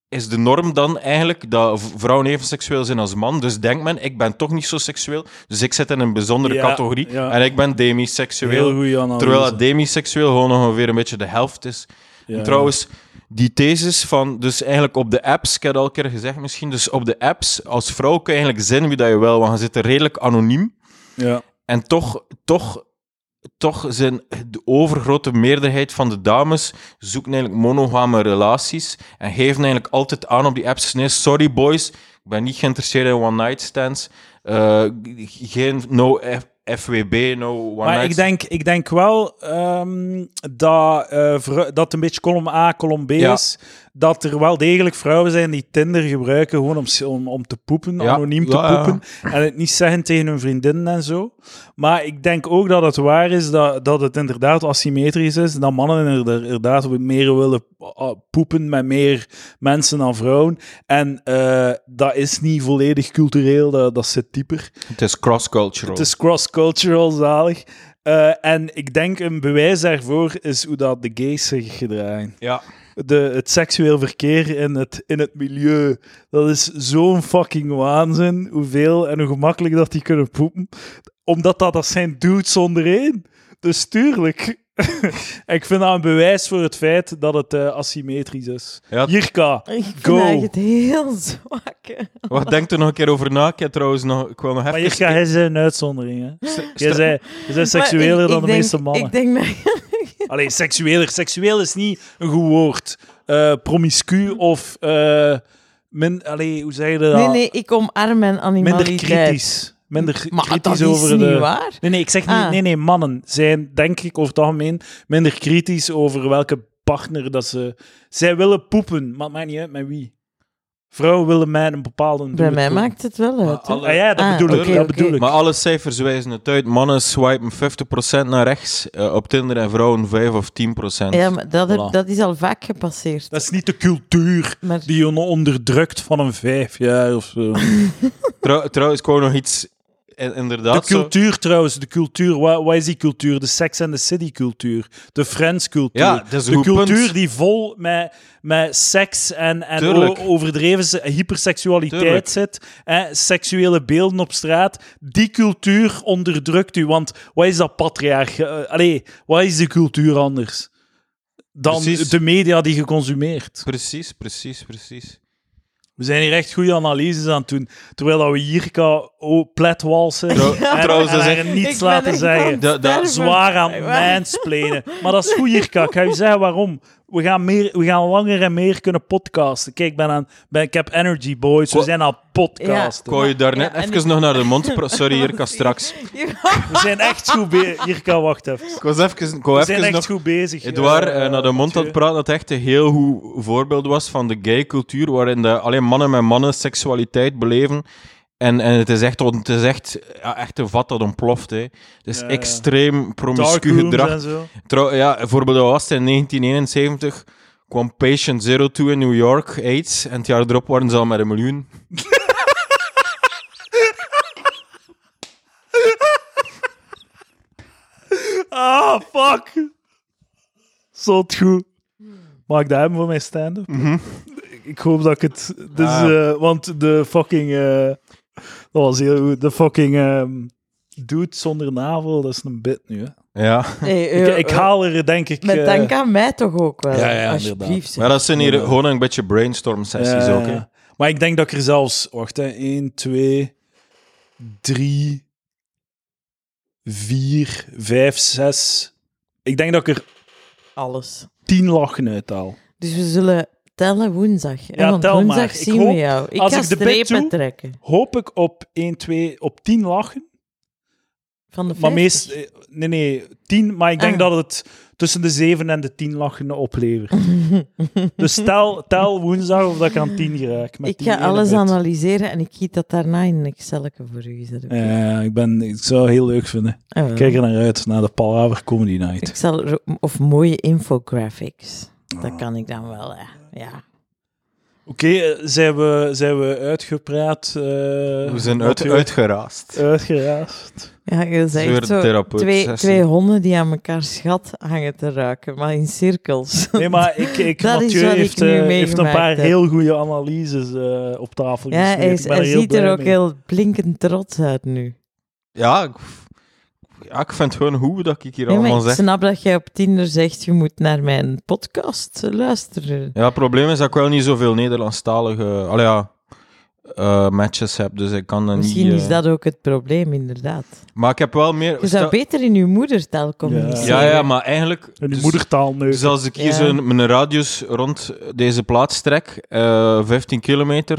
C: is de norm dan eigenlijk dat v- vrouwen even seksueel zijn als man. Dus denkt men, ik ben toch niet zo seksueel, dus ik zit in een bijzondere
A: Ja,
C: categorie
A: ja.
C: en ik ben
A: Heel
C: demiseksueel.
A: goede analyse.
C: Terwijl dat demiseksueel gewoon ongeveer een beetje de helft is.
A: Ja.
C: En trouwens, die thesis van, dus eigenlijk op de apps, ik heb het al een keer gezegd misschien, dus op de apps, als vrouw kun je eigenlijk zijn wie dat je wil, want je zit er redelijk anoniem.
A: Ja.
C: En toch, toch, toch zijn de overgrote meerderheid van de dames zoeken eigenlijk monogame relaties en geven eigenlijk altijd aan op die apps, nee, sorry boys, ik ben niet geïnteresseerd in one-night stands, Eh, geen, no F- FWB, no one-night
A: Maar ik denk, ik denk wel ehm, dat, eh, vrou- dat het een beetje kolom A, kolom B
C: Ja.
A: is. Dat er wel degelijk vrouwen zijn die Tinder gebruiken gewoon om, s- om, om te poepen,
C: Ja.
A: anoniem te
C: Ja, ja.
A: poepen. En het niet zeggen tegen hun vriendinnen en zo. Maar ik denk ook dat het waar is dat, dat het inderdaad asymmetrisch is. Dat mannen er- er inderdaad meer willen eh, poepen met meer mensen dan vrouwen. En eh, dat is niet volledig cultureel, dat, dat zit dieper.
C: Het is cross-cultural.
A: Het is cross-cultural zalig. Eh, en ik denk een bewijs daarvoor is hoe dat de gays zich gedragen.
C: Ja.
A: De, het seksueel verkeer in het, in het milieu. Dat is zo'n fucking waanzin. Hoeveel en hoe gemakkelijk dat die kunnen poepen. Omdat dat, dat zijn dudes zonder één. Dus tuurlijk. (laughs) en ik vind dat een bewijs voor het feit dat het eh, asymmetrisch is.
C: Ja.
A: Jirka,
B: Ik vind
A: Go.
B: eigenlijk het heel (laughs) zwak. hè.
C: Wat denk er nog een keer over na? Ik, heb trouwens nog, ik wil nog
A: maar
C: even...
A: Jirka, hij is een uitzondering. Hè?
C: (laughs) St-
A: Jij zei,
C: st-
A: jij zei
B: Maar
A: seksueler
B: ik-
A: dan
B: ik
A: de
B: denk-
A: meeste mannen.
B: Ik denk dat...
A: Allee, seksueler. Seksueel is niet een goed woord. Eh, promiscu of... eh, min, allee, hoe zeg je dat?
B: Nee, nee, ik omarm mijn animaliteit.
A: Minder kritisch. Minder
B: Maar
A: kritisch
B: dat is
A: over de...
B: niet waar.
A: Nee, nee, ik zeg
B: Ah.
A: niet... Nee, nee, mannen zijn, denk ik, over het algemeen minder kritisch over welke partner dat ze... Zij willen poepen, maar het maakt niet uit met wie. Vrouwen willen mij een bepaalde...
B: Bij mij
A: poepen.
B: maakt het wel uit. hè.
C: alle-
A: Ah ja, dat
B: Ah,
A: bedoel ik.
B: oké,
A: dat
B: oké.
A: bedoel ik.
C: Maar alle cijfers wijzen het uit. Mannen swipen 50% naar rechts eh, op Tinder en vrouwen 5 of 10%.
B: Ja, maar dat, heb-
A: Voilà.
B: dat is al vaak gepasseerd.
A: Dat is niet de cultuur
B: Maar
A: die je onderdrukt van een vijf jaar of zo.
C: Trouw- trouwens, ik wou nog iets... in- Inderdaad,
A: De
C: zo-
A: cultuur trouwens, de cultuur, wa- wat, is die cultuur? De Sex and the City cultuur, de Friends cultuur.
C: Ja, dat is een
A: de
C: goed
A: cultuur
C: punt.
A: die vol met, met seks en, en
C: Tuurlijk.
A: o- overdreven se- hyperseksualiteit
C: Tuurlijk.
A: zit, hè, seksuele beelden op straat. Die cultuur onderdrukt u, want wat is dat patriarch? Eh, Allee, wat is de cultuur anders? Dan
C: Precies.
A: de media die geconsumeerd.
C: Precies, precies, precies.
A: We zijn hier echt goede analyses aan het doen. Terwijl dat we Jirka oh, platwalsen
C: Trou-
A: (laughs) en,
C: trouwens,
A: en
C: dat is
A: haar
B: ik
A: niets
B: ben
A: laten
B: echt
A: zeggen.
B: aan het
C: Dat- dat-
B: sterven.
A: Zwaar aan het
B: Ah, (laughs) Waar-
A: mansplainen. Maar dat is goed, Jirka. Ik ga je zeggen waarom. We gaan, meer, we gaan langer en meer kunnen podcasten. Kijk, ik, ben aan, ben, ik heb Energy Boys. We
C: Ko-
A: zijn aan het
C: Ik
A: podcasten.
C: wou je daarnet
B: Ja, en
C: even
B: ik-
C: nog naar de mond... pro- Sorry,
A: (laughs)
C: Jirka, straks.
B: Ja,
A: We zijn echt goed bezig. Jirka, wacht even.
C: Ik was even, ik wou
A: We
C: even
A: zijn echt
C: nog...
A: goed bezig.
C: Edouard,
A: eh,
C: eh, naar de mond aan
A: Mathieu.
C: het praten, dat echt een heel goed voorbeeld was van de gay cultuur, waarin de, alleen mannen met mannen seksualiteit beleven. En, en het is echt, on- het is echt, ja, echt een vat dat ontploft. Hè. Het is
A: Ja, ja.
C: extreem promiscu
A: Darkrooms
C: gedrag.
A: en zo.
C: Trouw, ja, bijvoorbeeld dat was het in 1971 kwam Patient Zero toe in New York, AIDS, en het jaar erop waren ze al met een miljoen.
A: Ah, fuck. Zot goed. Mag ik dat hebben voor mijn stand-up? Ik hoop dat ik het... Dus,
C: Ah.
A: eh, want de fucking... eh, dat was heel goed. De fucking... ehm dude zonder navel, dat is een bit nu. Hè.
C: Ja.
B: nee,
A: Ik,
B: eh,
A: ik haal er, denk ik...
B: Met
A: eh,
B: dank aan mij toch ook wel.
A: Ja, ja, inderdaad.
B: alsjeblieft. zeg.
C: Maar dat zijn hier gewoon een beetje brainstorm-sessies
A: eh,
C: ook. Hè.
A: Maar ik denk dat ik er zelfs... Wacht, hè. 1, 2, 3, 4, 5, 6... Ik denk dat ik er
B: Alles.
A: 10 lachen uithaal.
B: Dus we zullen tellen woensdag. hè,
A: Ja,
B: want
A: tel maar.
B: woensdag
A: Ik
B: zien
A: hoop-
B: we jou. Ik
A: als
B: ga
A: ik de bit
B: strepen
A: doe-
B: trekken.
A: Hoop ik op 1, 2, op 10 lachen.
B: Van de
A: Maar
B: 50.
A: meest, eh, nee, nee, 10. Maar ik denk
B: Ah.
A: dat het tussen de 7 en de 10 lachen oplevert.
B: (laughs)
A: dus tel, tel woensdag of dat ik aan 10 geraak. Met
B: Ik
A: die
B: ga
A: ene
B: alles
A: bit.
B: analyseren en ik giet dat daarna in een Excel voor u. Is dat oké?
A: Ja, Eh, ik, ben, ik zou het heel leuk vinden.
B: Ah, wel.
A: Ik kijk er naar uit, naar de Palaver Comedy Night.
B: Ik zal, er- of mooie infographics.
A: Ah.
B: Dat kan ik dan wel, hè. ja.
A: Oké, eh, zijn, we, zijn we uitgepraat? eh,
C: We zijn
A: wat
C: uit,
A: we-
C: uitgeraast.
A: uitgeraast.
B: Ja, je zegt zo
C: Zeurtherapeut
B: twee,
C: sessie.
B: twee honden die aan elkaar schat hangen te ruiken, maar in
A: (laughs)
B: cirkels.
A: Nee, maar ik, ik,
B: (laughs) Dat is
A: Mathieu
B: wat ik
A: heeft,
B: nu
A: eh, heeft
B: meegemaakt
A: een paar
B: heb.
A: heel goede analyses eh, op tafel
B: ja,
A: gesmeerd.
B: hij, is-
A: Ik ben
B: hij
A: heel
B: ziet
A: blij
B: er ook
A: mee.
B: heel blinkend trots uit nu.
C: Ja, ik, ja, ik vind het gewoon hoe dat ik hier
B: Nee,
C: allemaal
B: maar ik
C: zeg.
B: snap dat jij op Tinder zegt, je moet naar mijn podcast luisteren.
C: Ja, het probleem is dat ik wel niet zoveel Nederlandstalige allee, ja, eh, matches heb, dus ik kan dan
B: Misschien
C: niet... eh,
B: is dat ook het probleem, inderdaad.
C: Maar ik heb wel meer...
B: Je
C: stel-
B: zou beter in je moedertaal communiceren.
C: ja, ja, maar eigenlijk...
A: En die
C: dus-
A: moedertaal neuken.
C: Dus als ik hier
B: Ja.
C: zo mijn radius rond deze plaats trek, eh, 15 kilometer,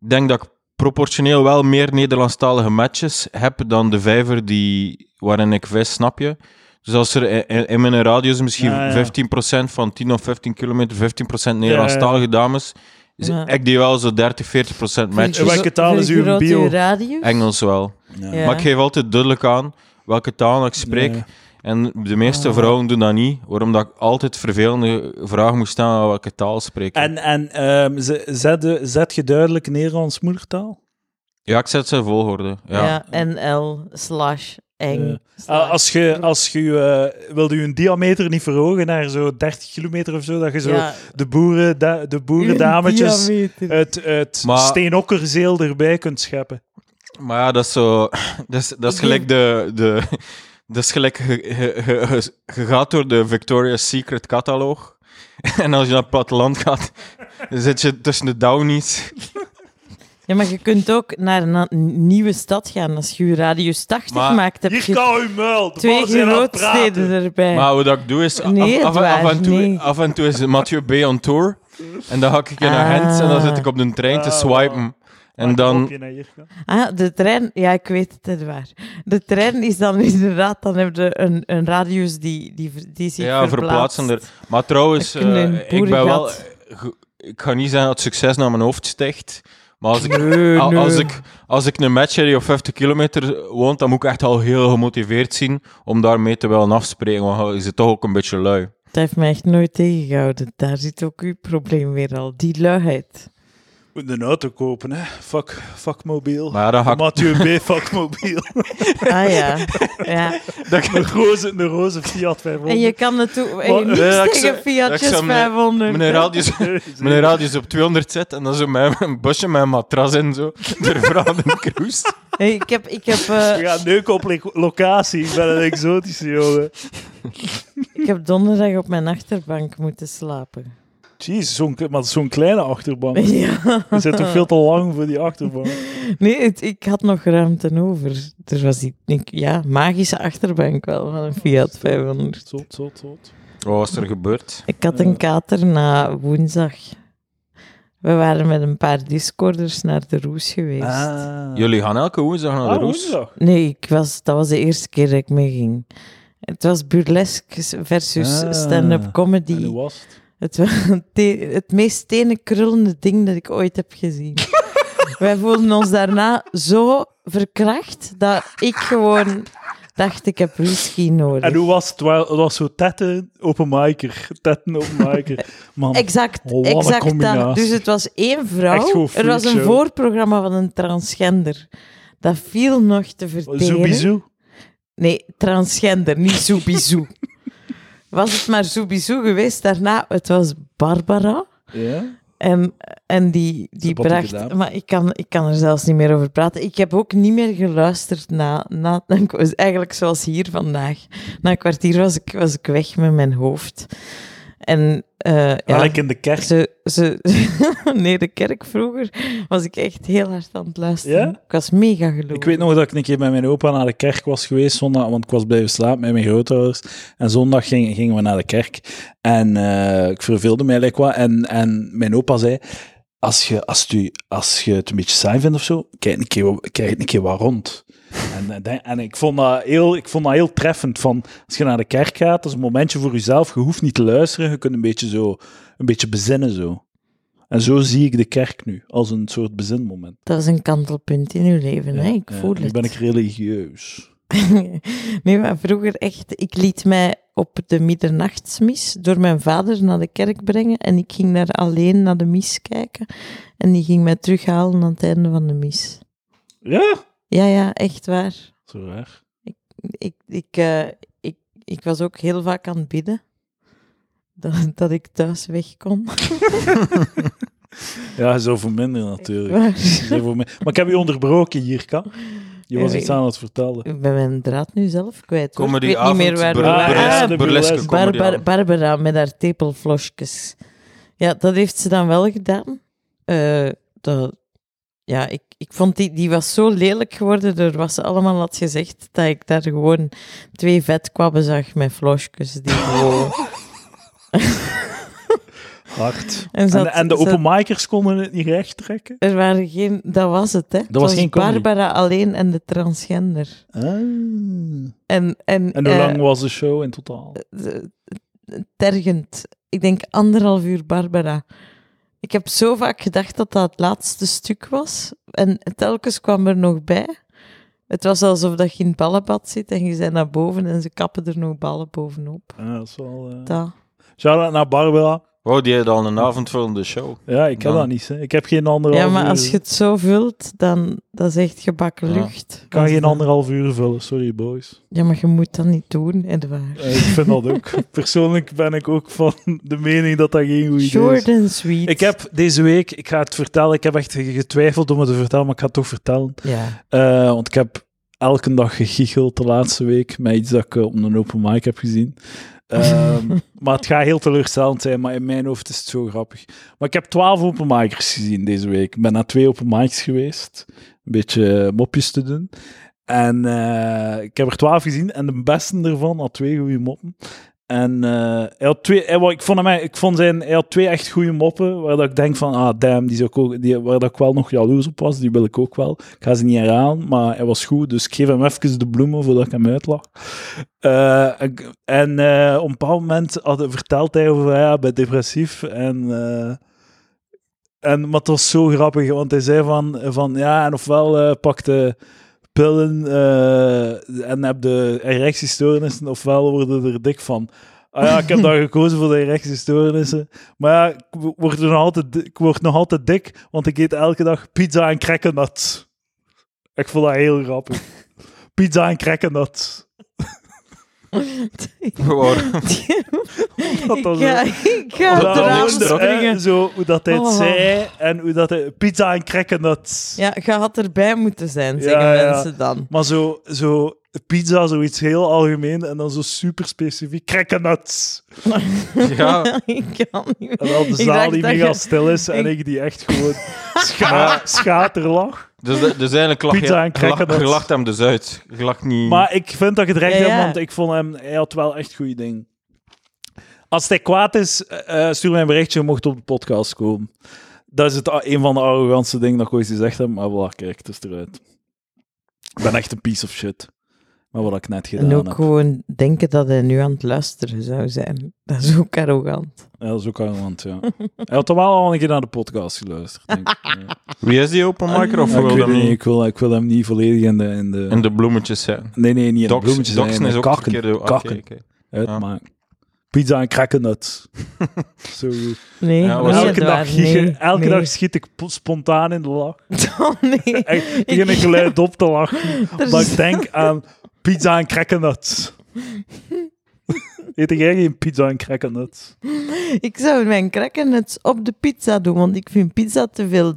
C: ik denk dat ik proportioneel wel meer Nederlandstalige matches heb dan de vijver die, waarin ik vis, snap je? Dus als er i- in, in mijn radius misschien
A: Ja, ja.
C: 15% van 10 of 15 kilometer, 15% Nederlandstalige dames, is
B: Ja.
C: ik die wel zo 30, 40%
A: En
C: matches.
A: welke taal is uw
B: uw
A: bio?
B: radius?
C: Engels wel.
B: Ja.
C: Maar ik geef altijd duidelijk aan welke taal ik spreek.
A: Ja.
C: En de meeste
B: Ah.
C: vrouwen doen dat niet, waarom dat ik altijd vervelende vragen moet stellen welke taal spreek. ik.
A: En, en ehm, ze- zet, de- zet je duidelijk neer als moedertaal?
C: Ja, ik zet ze in volgorde. Ja.
B: Ja. NL slash eng.
A: Ja.
B: slash-
A: Ah, als je, als je eh, wilde je een diameter niet verhogen naar zo 30 kilometer of zo, dat je zo
B: Ja.
A: de, boeren, da- de
B: (laughs)
A: boerendametjes
B: Diameter.
A: uit, uit
C: Maar-
A: steenokkerzeel erbij kunt scheppen.
C: Maar ja, dat is zo... (laughs) Dat is, dat is
B: Ik
C: gelijk de... de (laughs) dat is gelijk... Je je- je- je gaat door de Victoria's Secret catalogus. (laughs) En als je naar het platteland gaat, (laughs) dan zit je tussen de Downies.
B: Ja, maar je kunt ook naar een a- nieuwe stad gaan. Als je je radius 80
C: Maar
B: maakt, heb
A: Hier
B: je
A: kan u muil, de
B: twee
A: mannen zijn aan het praten.
B: grootsteden erbij.
C: Maar wat ik doe is... Af,
B: Nee, het
C: af, af,
B: waar,
C: en toe,
B: nee.
C: af en toe is Mathieu B. on tour. En dan hak ik in
B: Ah.
C: naar Gent en dan zit ik op de trein te
A: Ah,
C: swipen. En
A: Maak een
C: dan...
A: kopje naar hier, ja.
B: Ah, de trein, ja, ik weet het, het waar. De trein is dan (laughs) inderdaad, dan heb je een, een radius die, die, ver- die zich
C: Ja,
B: verplaatst.
C: verplaatsender. Maar trouwens,
B: Ik ken
C: eh,
B: een
C: ik ben wel...
B: boerengat.
C: ge- Ik ga niet zeggen dat succes naar mijn hoofd stijgt. Maar als ik, al- als
B: nee.
C: ik, als ik een match heb die op 50 kilometer woont, dan moet ik echt al heel gemotiveerd zien om daarmee te willen afspreken. Want is het toch ook een beetje lui.
B: Dat heeft mij echt nooit tegengehouden. Daar zit ook uw probleem weer al. Die luiheid.
A: Moet een auto kopen, hè. Fuck, fuck mobiel.
C: Maar ja, dan ga ik,
A: Mathieu B. fuck
C: (laughs)
A: mobiel.
B: Ah (laughs) ja. ja.
A: een, roze, een roze Fiat 500.
B: En je kan het toe... en
A: Maar-
B: je niks
C: Nee, dat ik
B: tegen
C: zou- dat ik
B: Fiatjes
C: zou mijn-
B: 500.
C: mijn radius, mijn radius op 200 zet en dan zo met een busje met een matras en zo. (laughs) Ter verandering cruise.
B: Hey, ik heb... Ik heb eh,
C: (laughs)
A: We gaan neuken op lo- locatie. Ik ben een exotische jongen.
B: Ik heb donderdag op mijn achterbank moeten slapen. (laughs)
A: Jeez, zo'n, maar dat is zo'n kleine achterbank. Je
B: Ja.
A: zit toch veel te lang voor die achterbank.
B: Nee, het- ik had nog ruimte over. Er was die ik- ja, magische achterbank wel van een Fiat 500.
A: Zot, zot, zot.
C: Wat was er gebeurd?
B: Ik had een kater na woensdag. We waren met een paar Discorders naar de Roes geweest.
C: Ah. Jullie gaan elke woensdag naar de
A: Ah,
C: roes.
A: woensdag.
B: Nee, ik was, dat was de eerste keer dat ik meeging. Het was burlesque versus
A: Ah.
B: stand-up comedy.
A: En hoe was het?
B: Het, (laughs) wa- te- het meest tenenkrullende ding dat ik ooit heb gezien. Wij voelden ons daarna zo verkracht dat ik gewoon dacht, ik heb whisky nodig.
A: En hoe was het? Wel, Het was zo tetten open micer. Tetten open micer. Man,
B: Exact,
A: Oh, wat een
B: exact dat.
A: combinatie.
B: Dus het was één
A: Echt
B: vrouw.
A: goed
B: Er was een
A: freakshow.
B: voorprogramma van een transgender. Dat viel nog te verteren.
A: zoebizou.
B: Nee, transgender, niet
A: (laughs)
B: Zoebizou. was het maar Zoebizou geweest daarna? Het was Barbara.
A: Ja?
B: En, en die, die
A: Sympathieke
B: bracht...
A: dame.
B: Maar ik kan, ik kan er zelfs niet meer over praten. Ik heb ook niet meer geluisterd na... na (laughs) ik was eigenlijk zoals hier vandaag. Na een kwartier was ik, was ik weg met mijn hoofd. En eh, ja,
A: Wel, ik in de kerk.
B: ze, ze, (laughs) nee, de kerk vroeger was ik echt heel hard aan het luisteren.
A: Ja?
B: Ik was mega geloofd.
A: Ik weet nog dat ik een keer met mijn opa naar de kerk was geweest zondag, want ik was blijven slapen met mijn grootouders. En zondag ging- gingen we naar de kerk. En eh, ik verveelde mij lekker wat. En, en mijn opa zei, als je, als, het u, als je het een beetje saai vindt of zo, kijk een keer, wa- kijk een keer wat rond. (laughs) En, eh, denk- en ik, vond dat heel, ik vond dat heel treffend. Van, als je naar de kerk gaat, dat is een momentje voor jezelf. Je hoeft niet te luisteren, je kunt een beetje, zo, een beetje bezinnen zo. En zo zie ik de kerk nu, als een soort bezinmoment.
B: Dat is een kantelpunt in uw leven, hè? Ik
A: Ja,
B: voel
A: nu
B: het.
A: ben ik religieus.
B: (laughs) nee, maar vroeger echt, ik liet mij op de middernachtsmis door mijn vader naar de kerk brengen en ik ging daar alleen naar de mis kijken en die ging mij terughalen aan het einde van de mis.
A: Ja,
B: Ja, ja, echt waar.
A: zo raar.
B: Ik, ik, eh, ik, ik was ook heel vaak aan het bidden. Dat, dat ik thuis weg kon.
A: Ja, zo verminderen
B: (laughs)
A: natuurlijk.
B: Waar-
A: Zo voor min- Maar ik heb je onderbroken, Jirka. Je was
B: Ja,
A: iets aan het vertellen.
B: Ik ben mijn draad nu zelf kwijt. hoor.
C: Comedy
B: ik weet niet meer
C: avond,
B: waar we
C: bur-
A: Ah,
B: waren.
A: ja,
C: burlesque,
A: de
C: burlesque
A: burlesque.
B: Bar-
C: comedy
B: Bar-
C: avond.
B: Barbara met haar tepelflosjes. Ja, dat heeft ze dan wel gedaan. Eh, dat, ja, ik, ik vond die, die was zo lelijk geworden door wat ze allemaal had gezegd, dat ik daar gewoon twee vetkwabben zag met
A: (laughs)
B: flosjes. Die gewoon...
A: Hard.
B: en, ze
A: En,
B: had-
A: en de
B: ze had-
A: openmikers konden het niet recht trekken.
B: er waren geen... Dat was het, hè. Dat
A: was geen comedy.
B: Barbara alleen en de transgender.
A: Ah.
B: En, en,
A: En hoe
B: eh,
A: lang was de show in totaal?
B: de- eh, tergend. Ik denk anderhalf uur Barbara. Ik heb zo vaak gedacht dat dat het laatste stuk was. En telkens kwam er nog bij. Het was alsof dat je in het ballenbad zit en je bent naar boven en ze kappen er nog ballen bovenop.
A: Ja, dat is wel, eh,
B: Dat.
A: Shout-out naar Barbara.
C: Wow, die had al een avondvullende show. (laughs)
A: Ja, ik heb
C: Dan.
A: dat niet. Hè. Ik heb geen anderhalf
B: Ja, maar
A: uur.
B: als je het zo vult, dan dat is echt gebakken
C: Ja.
B: lucht.
A: Ik kan
B: Als
A: geen
B: dat-
A: anderhalf uur vullen, sorry boys.
B: Ja, maar je moet dat niet doen, Edouard.
A: Eh, ik vind dat
B: (laughs)
A: ook. Persoonlijk ben ik ook van de mening dat dat geen goed idee is.
B: Short and sweet.
A: Ik heb deze week, ik ga het vertellen, ik heb echt getwijfeld om het te vertellen, maar ik ga het toch vertellen. (laughs)
B: Ja.
A: Eh, want ik heb elke dag gegicheld de laatste week met iets dat ik eh, op een open mic heb gezien. Ehm, maar het gaat heel teleurstellend zijn, maar in mijn hoofd is het zo grappig. Maar ik heb twaalf open micers gezien deze week. Ik ben naar twee open mics geweest, een beetje eh, mopjes te doen. En eh, ik heb er twaalf gezien en de beste ervan had twee goede moppen. En eh, hij had twee, hij, wa- ik, vond hem, echt- ik vond zijn, hij had twee echt goede moppen, waar dat ik denk van, ah damn, die zou ik ook, die, waar dat ik wel nog jaloers op was, die wil ik ook wel. Ik ga ze niet herhalen, maar hij was goed, dus ik geef hem even de bloemen voordat ik hem uitlag. Eh, ik- en eh, op een bepaald moment had, vertelt hij over, ja, ik ben depressief en... eh, en, maar het was zo grappig, want hij zei van, van ja, en ofwel eh, pak de pillen eh, en heb de erectiestoornissen, ofwel worden er dik van. Ah ja, ik heb dan gekozen voor de erectiestoornissen. Maar ja, ik wo- word, nog altijd, di- ik word nog altijd dik, want ik eet elke dag pizza en crackenat. Ik vond dat heel
B: (laughs)
A: grappig. Pizza en crackenat.
B: (laughs)
A: Dat
B: ik
C: Waar-
A: was
B: ga,
A: ook-
B: ik ga
C: Omdat
B: het
C: dat
B: raam
C: was de-
B: springen.
A: zo, hoe dat hij het
B: Oh.
A: zei en hoe dat hij... Pizza en crackenat.
B: Ja, je had erbij moeten zijn,
A: Ja,
B: zeggen
A: ja.
B: mensen dan.
A: Maar zo, zo pizza, zoiets heel algemeen en dan zo super specifiek. Crackenuts.
C: ja,
B: (laughs) ik kan niet
A: En dan de
B: Ik
A: zaal
B: dacht
A: die
B: dat
A: mega
B: je-
A: stil is en ik die echt gewoon scha
B: (laughs)
C: Maar-
A: schaterlach.
C: dus, dus eigenlijk lag
A: Pizza en
C: je,
A: cracker
C: lag, je
A: nuts.
C: lacht hem dus uit. Je lacht niet...
A: Maar ik vind dat je het recht
B: Ja,
A: hebt,
B: ja.
A: want ik vond hem, hij had wel echt goede dingen. Als hij kwaad is, eh, eh, stuur mij een berichtje, je mocht op de podcast komen. Dat is het, a- een van de arrogantste dingen dat ik ooit gezegd heb, maar voilà, kijk, het is eruit. Ik ben echt een piece of shit. Maar wat ik net gedaan
B: En ook
A: heb.
B: gewoon denken dat hij nu aan het luisteren zou zijn. Dat is ook arrogant.
A: Ja, dat is ook arrogant, ja. Hij had toch wel al een keer naar de podcast geluisterd. Denk
B: (laughs)
A: ik. Ja.
C: Wie is die openmaker of
A: Ja, ik,
C: wil
A: weet
C: hem
A: het niet,
C: niet
A: ik, wil, ik wil hem niet volledig in de... In de,
C: in de bloemetjes zijn?
A: nee, nee, niet in de
C: Dox-
A: bloemetjes. nee,
C: Doxen
A: in
C: is
A: de
C: ook
A: kakken.
C: verkeerde- Ah, oké,
A: kakken.
C: oké.
A: Uitmaken. Pizza en crackenut. (laughs) Zo goed.
B: Nee,
C: Ja,
B: nee
C: was-
A: elke dag,
B: Edouard,
A: giech-
B: nee,
A: elke
B: nee.
A: dag schiet ik po- spontaan in de lach.
B: (laughs) Oh, nee.
A: (laughs) Echt, begin ik geluid op te lachen. Omdat ik denk aan pizza en crackenut. Eet jij geen pizza en crackenut?
B: Ik zou mijn crackernuts op de pizza doen, want ik vind pizza te veel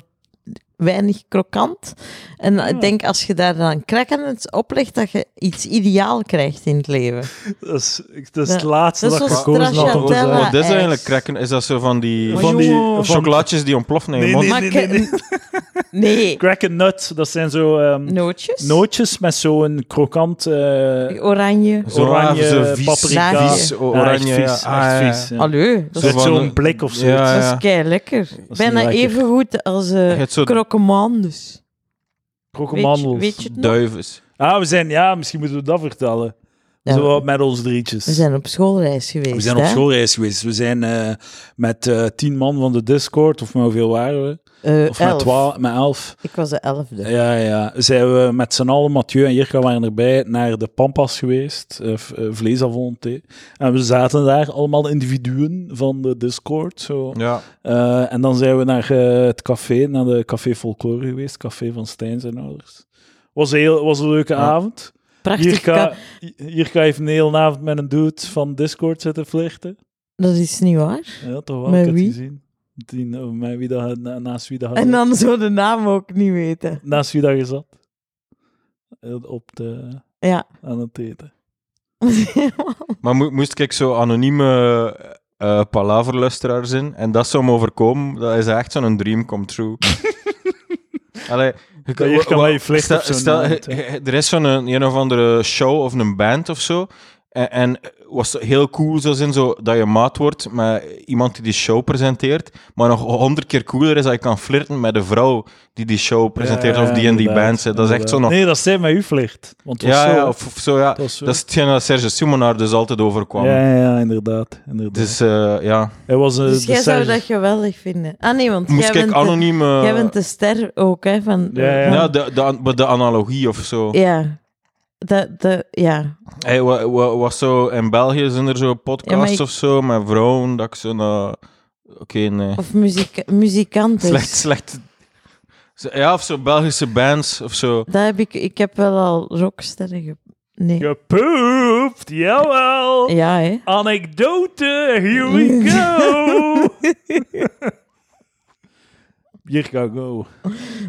B: weinig krokant. En ik denk, als je daar dan crackend oplegt, dat je iets ideaal krijgt in het leven.
A: Dat is, dat is
B: Ja.
A: het laatste
B: Dat
A: dat,
B: is
A: ik
B: zoals
A: gekozen had om te
B: stracciatella.
A: zeggen.
C: Wat dus- is
B: ijs.
C: eigenlijk cracken? Is dat zo van die
A: Van die,
B: Jongen.
A: van
C: chocolaatjes die ontploffen in je
A: Nee,
C: mond?
A: nee.
B: Maar ik-
A: (laughs)
B: nee.
A: Cracken Nuts, dat zijn zo ehm,
B: Nootjes?
A: nootjes met zo'n krokant eh,
B: Oranje.
C: Zo,
A: oranje
C: ah, zo vies,
A: paprika.
B: vies,
C: o-
A: Ja, echt
C: oranje,
A: vies,
C: ja. Ah,
A: echt
C: ja,
A: vies, ja.
B: Allee, dat
A: Zo
B: is,
A: met
C: Zo van
A: zo'n
C: een-
A: blik of zo.
C: Ja,
B: dat
C: ja.
B: is kei lekker.
A: niet
B: Bijna
A: lekker.
B: nou even goed als
C: Je
B: eh dus.
C: hebt zo
B: krokkenmandels. Weet je,
A: Krokkenmandels.
B: weet je het nog?
C: duivens.
A: Ah, we zijn, ja, misschien moeten we dat vertellen.
B: Ja,
A: Zo wat met ons drietjes.
B: We zijn op schoolreis geweest.
A: We zijn op
B: hè?
A: schoolreis geweest. We zijn eh, met eh, tien man van de Discord, of maar hoeveel waren we?
B: Eh,
A: Of met
B: elf.
A: twaalf, met elf.
B: Ik was de elfde.
A: Ja, ja. Zijn we met z'n allen, Mathieu en Jirka waren erbij, naar de Pampas geweest, eh v- eh, vleesavonté. En we zaten daar allemaal individuen van de Discord. Zo.
C: Ja.
A: Eh, en dan zijn we naar eh, het café, naar de Café Folklore geweest, Café van Stijn zijn ouders. Was een, heel, was een leuke
C: Ja.
A: avond.
B: Prachtig.
A: Jirka,
B: ka-
A: Jirka heeft een hele avond met een dude van Discord zitten flirten.
B: Dat is niet waar.
A: Ja, toch wel.
B: Met
A: ik heb
B: wie?
A: het gezien. Die, eh, met wie dat, na- naast wie dat je
B: En
A: zat.
B: dan zo de naam ook niet weten. (laughs)
A: Naast wie dat je zat. Eh, Op de,
B: Ja.
A: aan het eten.
B: Eh,
C: Maar mo- moest ik zo anonieme eh palaverluisteraar zijn en dat zou me overkomen, dat is echt zo'n dream come true. (laughs) Allee, je
A: Dat je kan
C: wa-
A: wel je vlecht
C: stel-
A: op zo'n
C: stel-
A: avond,
C: eh, eh, Er is zo'n een, een of andere show of een band of zo. En, en was heel cool zo zijn, zo, dat je maat wordt met iemand die die show presenteert. Maar nog honderd keer cooler is dat je kan flirten met de vrouw die die show presenteert of die in die
A: inderdaad,
C: band zit. Dat is echt zo
A: inderdaad.
C: nog...
A: Nee, dat zijn met u flirt. Want het was
C: Ja,
A: zo,
C: ja, of, of zo, ja.
A: het was zo.
C: Dat is hetgeen dat Serge Simonaar dus altijd overkwam.
A: ja, ja, ja, inderdaad. inderdaad.
C: Dus eh, ja,
A: Hij was, eh,
B: Dus
A: de
B: jij zou
A: Serge-
B: dat geweldig vinden. Ah nee, want jij
C: moest
B: bent,
C: ik
B: de,
C: anoniem... eh,
B: jij bent de ster ook, hè? Van,
A: Ja, ja.
C: ja, de, de, an- de analogie of zo.
B: Ja. Dat, dat, ja.
C: Hey, wa- wa- was zo, in België zijn er zo
B: Ja,
C: podcasts
B: maar ik-
C: of zo met vrouwen dat ik zo naar... Oké, nee.
B: Of muzika muzikanten.
C: (laughs) Slecht, slecht... Zo- Ja, of zo Belgische bands of zo.
B: Dat heb ik, ik heb wel al rocksterren ge... Nee. Ja,
A: Gepoept, jawel.
B: hè?
A: Anekdote, here
B: (laughs)
A: we go. Jirka, go.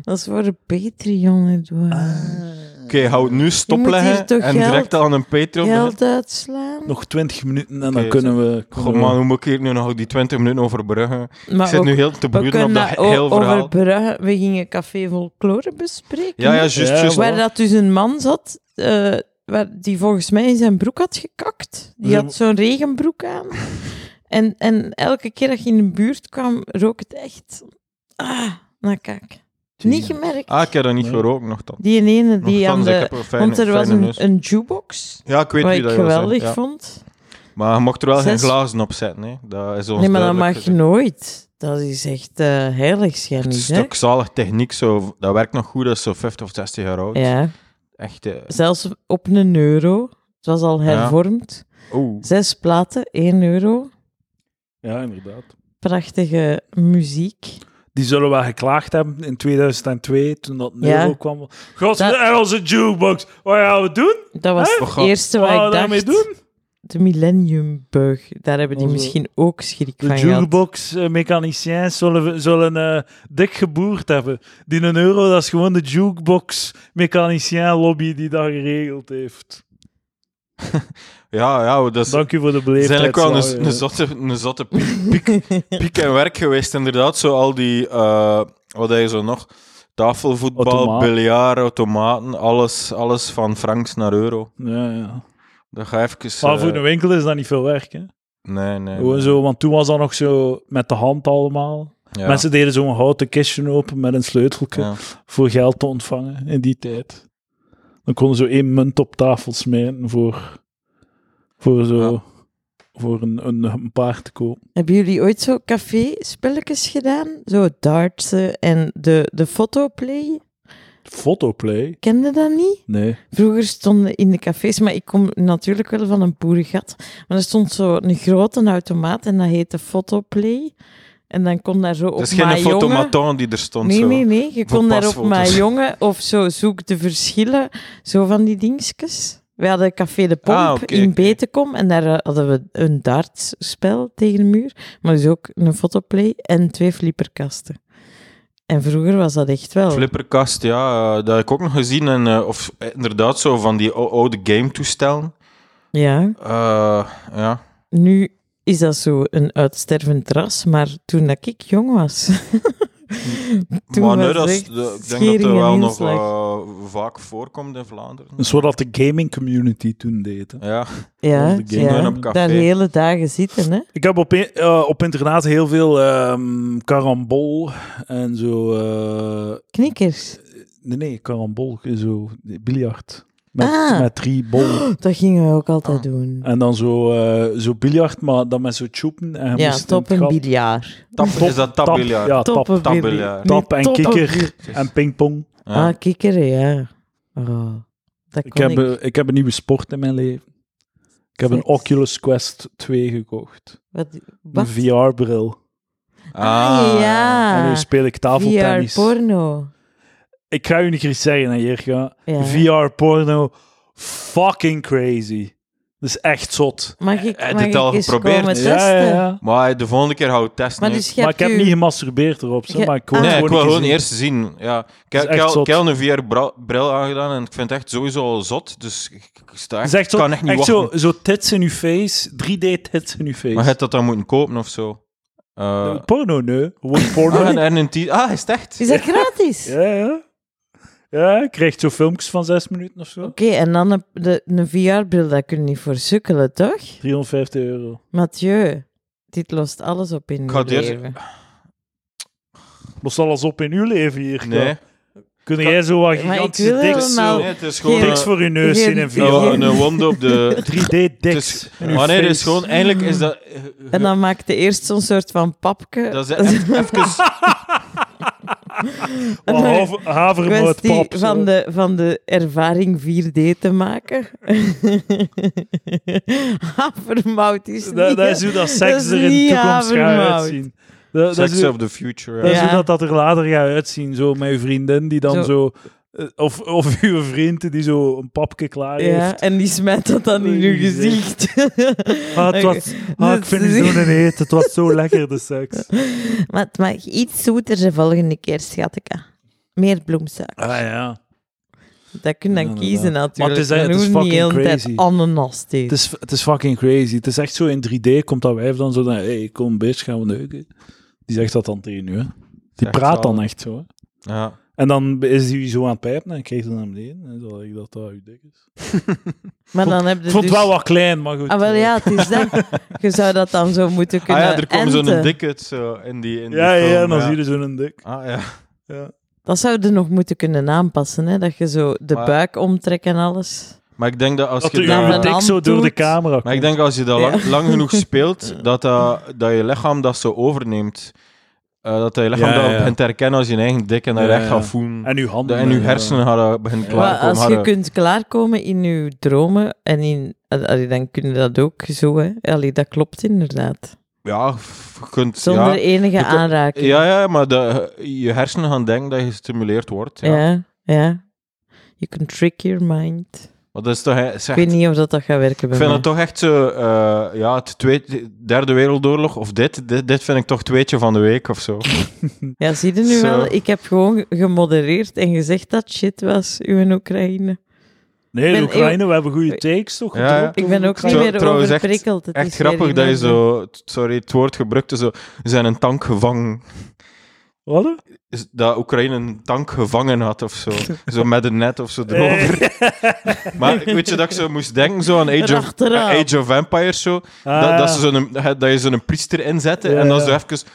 B: Dat is voor de Patreon, Edouard.
C: Oké, hou het nu
B: moet hier
C: stopleggen
B: toch
C: en
B: geld-
C: direct al aan een Patreon. beginnen.
B: Geld uitslaan.
A: Nog 20 minuten en dan
C: Oké,
A: kunnen we...
C: Goh,
A: Kunnen
C: man,
A: we-
C: hoe moet ik hier nu nog die 20 minuten overbruggen?
B: Maar
C: Ik zit
B: ook-
C: nu heel te
B: we
C: broeden op
B: kunnen
C: dat
B: dat
C: he- heel
B: ook
C: verhaal.
B: overbruggen. We gingen Café Folklore bespreken.
C: Ja, ja,
B: hè?
C: juist,
A: Ja,
C: juist.
B: Waar dat dus een man zat, eh, waar, die volgens mij in zijn broek had gekakt. Die
A: Zo-
B: had zo'n regenbroek
C: (laughs)
B: aan. En, en elke keer dat je in de buurt kwam, rook het echt... Ah, naar kak. Niet gemerkt.
C: Ah, ik heb dat niet
A: Nee.
C: gerookt nog dan. dus
B: Die ene die aan de... Want er was een, een jukebox,
C: Ja, ik weet
B: wat
C: wie
B: ik
C: dat je was, hè.
B: geweldig
C: Ja.
B: vond.
C: Maar je mocht er wel geen
B: Zes-
C: glazen op zetten, hè. Dat is ons
B: Nee, maar dat
C: duidelijk
B: mag
C: gezegd.
B: nooit. Dat is echt eh heilig
C: Het is
B: schennis,
C: een
B: hè?
C: stuk zalig techniek, zo, dat werkt nog goed als zo 50 of 60 jaar oud.
B: Ja,
C: Echt, eh,
B: zelfs op een euro. Het was al hervormd.
C: oeh.
B: Zes platen, één euro.
A: Ja, inderdaad.
B: Prachtige muziek.
A: Die zullen wel geklaagd hebben in 2002, toen dat
B: Ja.
A: euro kwam. God,
B: Dat-
A: de Engelse jukebox. Wat gaan we doen?
B: Dat was
A: Hè?
B: het
C: We gaan-
B: eerste
A: Wat
B: wat
A: gaan we
B: ik dacht.
A: daarmee doen?
B: De Millenniumbug. Daar hebben die
A: Onze-
B: misschien ook schrik
A: De
B: van gehad.
A: jukebox-mechaniciens zullen, zullen eh, dik geboerd hebben. Die een euro, dat is gewoon de jukebox-mechanicien-lobby die dat geregeld heeft.
C: Ja, ja, dat is, dat
A: Dank u voor de
C: is
A: beleefdheid.
C: eigenlijk wel
A: Sarah.
C: een, een zotte, een zotte piek, piek,
B: (laughs)
C: piek en werk geweest, inderdaad. Zo al die, eh, wat heb je zo nog? Tafelvoetbal,
A: Automaat.
C: biljaar, automaten, alles, alles van francs naar euro.
A: Ja, ja.
C: Dat ga even...
A: Maar
C: eh,
A: voor een winkel is dat niet veel werk, hè?
C: Nee, nee.
A: Gewoon
C: nee.
A: zo, want toen was dat nog zo met de hand allemaal.
C: Ja,
A: Mensen deden zo'n houten kistje open met een sleuteltje
C: ja.
A: voor geld te ontvangen in die tijd. Dan konden zo één munt op tafel smijten voor, voor, zo,
C: Ja.
A: voor een, een, een paard te kopen.
B: Hebben jullie ooit zo café-spelletjes gedaan? Zo dartsen en de, de fotoplay.
A: Fotoplay?
B: Kende dat niet?
A: Nee.
B: Vroeger stonden in de cafés, maar ik kom natuurlijk wel van een boerengat. Maar er stond zo een grote automaat en dat heette Fotoplay. En dan kon daar zo op
C: Het is geen
B: maar jongen...
C: fotomaton die er stond
B: Nee,
C: zo.
B: nee, nee. Je
C: Voor
B: kon daar op
C: pasfoto's.
B: maar jongen of zo zoek de verschillen. Zo van die dingetjes. We hadden Café de Pomp
C: Ah, oké,
B: in
C: oké.
B: Betekom en daar eh, hadden we een dartspel tegen de muur. Maar dus ook een fotoplay en twee flipperkasten. En vroeger was dat echt wel.
C: Flipperkast, ja, eh, dat heb ik ook nog gezien. En, eh, of eh, inderdaad, zo van die o- oude game-toestellen.
B: Ja,
C: Eh, ja.
B: nu is dat zo een uitstervend ras, maar toen dat ik jong was... toen
C: maar nee,
B: was
C: dat
B: het
C: is-
B: echt
C: de- ik denk dat
B: schering
C: dat
B: en
C: wel nog
B: inslag.
C: eh, vaak voorkomt in Vlaanderen.
A: Dat is wat de gaming community toen deed. hè.
C: Ja,
B: (laughs) Ja,
A: Of de game
B: ja
C: op café.
B: daar hele dagen zitten, hè.
A: Ik heb op, in- eh, op internaat heel veel ehm, karambol en zo. eh,
B: Knikkers.
A: nee, nee, karambol, zo biljart. Met,
B: Ah.
A: met drie bollen.
B: Dat gingen we ook altijd
C: Ah.
B: doen.
A: En dan zo, eh, zo biljart, maar dan met zo choepen. En je
B: Ja,
A: moest in
B: top
A: het
B: en
A: gat-
B: biljaar.
C: tap,
A: Top-
C: is dat
A: tap,
C: tabbiljaar?
A: Ja, tap.
B: Top en
C: tap-
B: biljaar.
C: tap-
B: Nee,
A: Tap en kikker. En pingpong.
C: Ja.
B: Ah, kikkeren, ja. Oh, dat
A: Ik
B: kon
A: heb,
B: ik.
A: eh, ik heb een nieuwe sport in mijn leven. Ik heb een
B: Seks.
A: Oculus Quest 2 gekocht.
B: Wat?
A: Een
B: wat?
A: VR-bril.
B: Ah,
A: En nu
B: ja.
A: speel ik tafeltennis.
B: VR-porno.
A: Ik ga u niet iets zeggen, hè, Jirga.
B: Ja.
A: VR-porno, fucking crazy. Dat is echt zot.
B: Mag ik,
C: Heb je
B: mag
C: dit
B: ik
C: al
B: eens
C: geprobeerd?
B: komen testen?
A: ja, ja, ja.
C: Maar de volgende keer hou ik testen.
B: Maar
C: hè.
B: dus je
A: Maar ik
B: hebt
A: heb
B: u-
A: niet gemasturbeerd erop, zo,
B: Je-
A: maar ik wil
B: Ah.
C: Nee, ik wil
A: een keer
C: gewoon
A: zien.
C: eerst zien. Ja. Ik,
A: is
C: ik,
A: echt
C: ik,
A: zot.
C: ik heb een VR-bril aangedaan en ik vind het echt sowieso al zot. Dus ik, ik sta
A: Het
C: echt,
A: is echt
C: ik
A: zo,
C: kan echt niet
A: echt
C: wachten.
A: zo, zo tits in uw face, 3D-tits in uw face.
C: Maar je had dat dan moeten kopen of zo. Eh,
A: Porno, nee. Gewoon
C: (laughs) ah,
A: porno.
C: en, en een t- ah, is het
A: (laughs)
C: echt?
B: Is dat gratis?
A: Ja, ja. Ja, je krijgt zo filmpjes van zes minuten of zo.
B: Oké, en dan een, de- een VR-bril, dat kun je niet voor sukkelen, toch?
A: 350 euro.
B: Mathieu, dit lost alles op in
C: Ik ga
B: je
C: dit-
B: leven.
A: Lost alles op in uw leven hier.
C: Nee.
A: Kun jij zo wat
B: Maar ik
A: gigantische
B: wil
A: diks,
B: helemaal-
C: nee,
A: zo,
C: het is gewoon
A: diks
C: eh,
A: Nou, voor je neus
B: geen-
A: zien in VR?
B: voor-
C: een, een wond
A: (laughs)
C: op de... Oh, Het
A: 3D-diks.
C: is, maar nee, het is gewoon... Eigenlijk is dat...
B: En dan maakt de eerst zo'n soort van papke. (laughs)
C: dat is even... even
A: Oh, Havermout
B: kwestie
A: pap. zo.
B: van de, van de ervaring 4D te maken. (laughs) Havermout is niet...
A: Dat, dat is hoe dat seks
B: is
A: er in de
B: niet
A: toekomst gaat
B: Havermout.
A: uitzien. Dat, dat is
C: Sex
A: hoe,
C: of the future.
A: dat,
C: ja.
A: is hoe
B: Ja.
A: dat, dat er later gaat uitzien. Zo met je vriendin die dan zo...
B: Zo.
A: eh, of, of (laughs) uw vriend die zo een papje klaar
B: Ja,
A: heeft.
B: en die smijt dat dan in je
A: Oei, zeg.
B: gezicht.
A: (laughs)
B: (laughs)
A: Ah, het was, ah, ik vind het zo'n heet. Het was zo lekker, de
B: (laughs)
A: seks.
B: Maar het mag iets zoeter de volgende keer, schatteke. Meer bloemsuiker.
A: Ah ja.
B: Dat kun je dan
A: Ja,
B: kiezen natuurlijk.
A: Maar het is-
B: Dan
A: het is
B: hoef je niet de
A: fucking
B: hele tijd
A: crazy.
B: ananas te
A: Het
B: eten.
A: is, het is fucking crazy. Het is echt zo in 3D komt dat wijf dan zo dan, hey, kom bitch, gaan we neuken. Die zegt dat dan tegen u, hè. Die
C: Echt
A: praat dan
C: zalig.
A: echt zo, hè.
C: Ja. Ah,
A: En dan is hij zo aan het pijpen en kijkt dan naar beneden. En dan ik dat dat uw dik is.
B: Maar dan heb je
A: Ik vond het
B: dus-
A: wel wat klein, maar goed.
B: Ah, wel
A: eh,
B: ja, het is dat. Je zou dat dan zo moeten
C: Ah
B: kunnen
C: ja, er komt
B: enten.
C: zo'n dikke zo in die, in die
A: Ja, ja,
C: film,
A: dan zie je zo'n dik.
C: Ah ja.
A: Ja.
B: Dat zou je nog moeten kunnen aanpassen, hè? Dat je zo de
C: Maar-
B: buik omtrekt en alles.
C: Maar ik denk dat als
A: Dat
C: je
A: uw
B: daar
C: dat...
B: een
A: dik
B: hand
A: zo door de
B: doet.
A: camera
C: Maar ik
A: komt.
C: denk als je dat lang, lang genoeg
B: (laughs)
C: speelt, dat, dat, dat je lichaam dat zo overneemt. Eh, dat je lichaam
A: Ja,
C: dat
A: ja.
C: begint te herkennen als je eigen dik en dat je
A: Ja,
C: echt
A: ja.
C: gaat voelen.
A: En uw
C: Dat
A: handen.
C: en je
A: eh,
C: hersenen gaan dat beginnen
B: Maar
C: klaarkomen.
B: als je
C: gaan dat-
B: kunt klaarkomen in je dromen en in... Allee, dan kun je dat ook zo, hè? Allee, dat klopt inderdaad.
C: Ja, f- je kunt...
B: Zonder
C: ja.
B: enige
C: Je kan-
B: aanraking.
C: Ja, ja, maar de, je hersenen gaan denken dat je gestimuleerd wordt. Ja.
B: ja. ja. You can trick your mind.
C: Maar dat is toch... echt-
B: Ik weet niet of dat, dat gaat werken bij
C: Ik vind
B: mij.
C: het toch echt zo... eh, ja, het tweede, derde wereldoorlog of dit, dit. Dit vind ik toch tweetje van de week of
B: (laughs)
C: zo.
B: Ja, zie je nu
C: Zo.
B: wel? Ik heb gewoon ge- gemodereerd en gezegd dat shit was, uw en Oekraïne.
A: Nee, de
B: ben
A: Oekraïne, we hebben goede takes toch?
C: Ja, ja.
A: gedropt
B: Ik
A: over
B: ben ook niet
A: Oekraïne?
C: Trou-
B: meer
C: trouwens, echt-
B: overprikkeld. Het
C: Echt
B: is weer
C: grappig
B: in
C: dat je
B: orde.
C: zo... t- Sorry, het woord gebruikte zo... Ze zijn een tank gevangen.
A: Wat?
C: Is Dat Oekraïne een tank gevangen had of
B: (laughs)
C: zo. zo met een net of zo erover.
B: Eh.
C: (laughs)
A: Hey.
C: Maar weet je dat ik zo moest denken zo
B: (laughs)
C: aan Age of,
B: Erachteraan.
C: Age of Empires zo?
A: Ah.
C: Dat, dat, ze zo'n, dat je zo'n priester inzette
A: Ja,
C: en dan
A: ja.
C: zo even...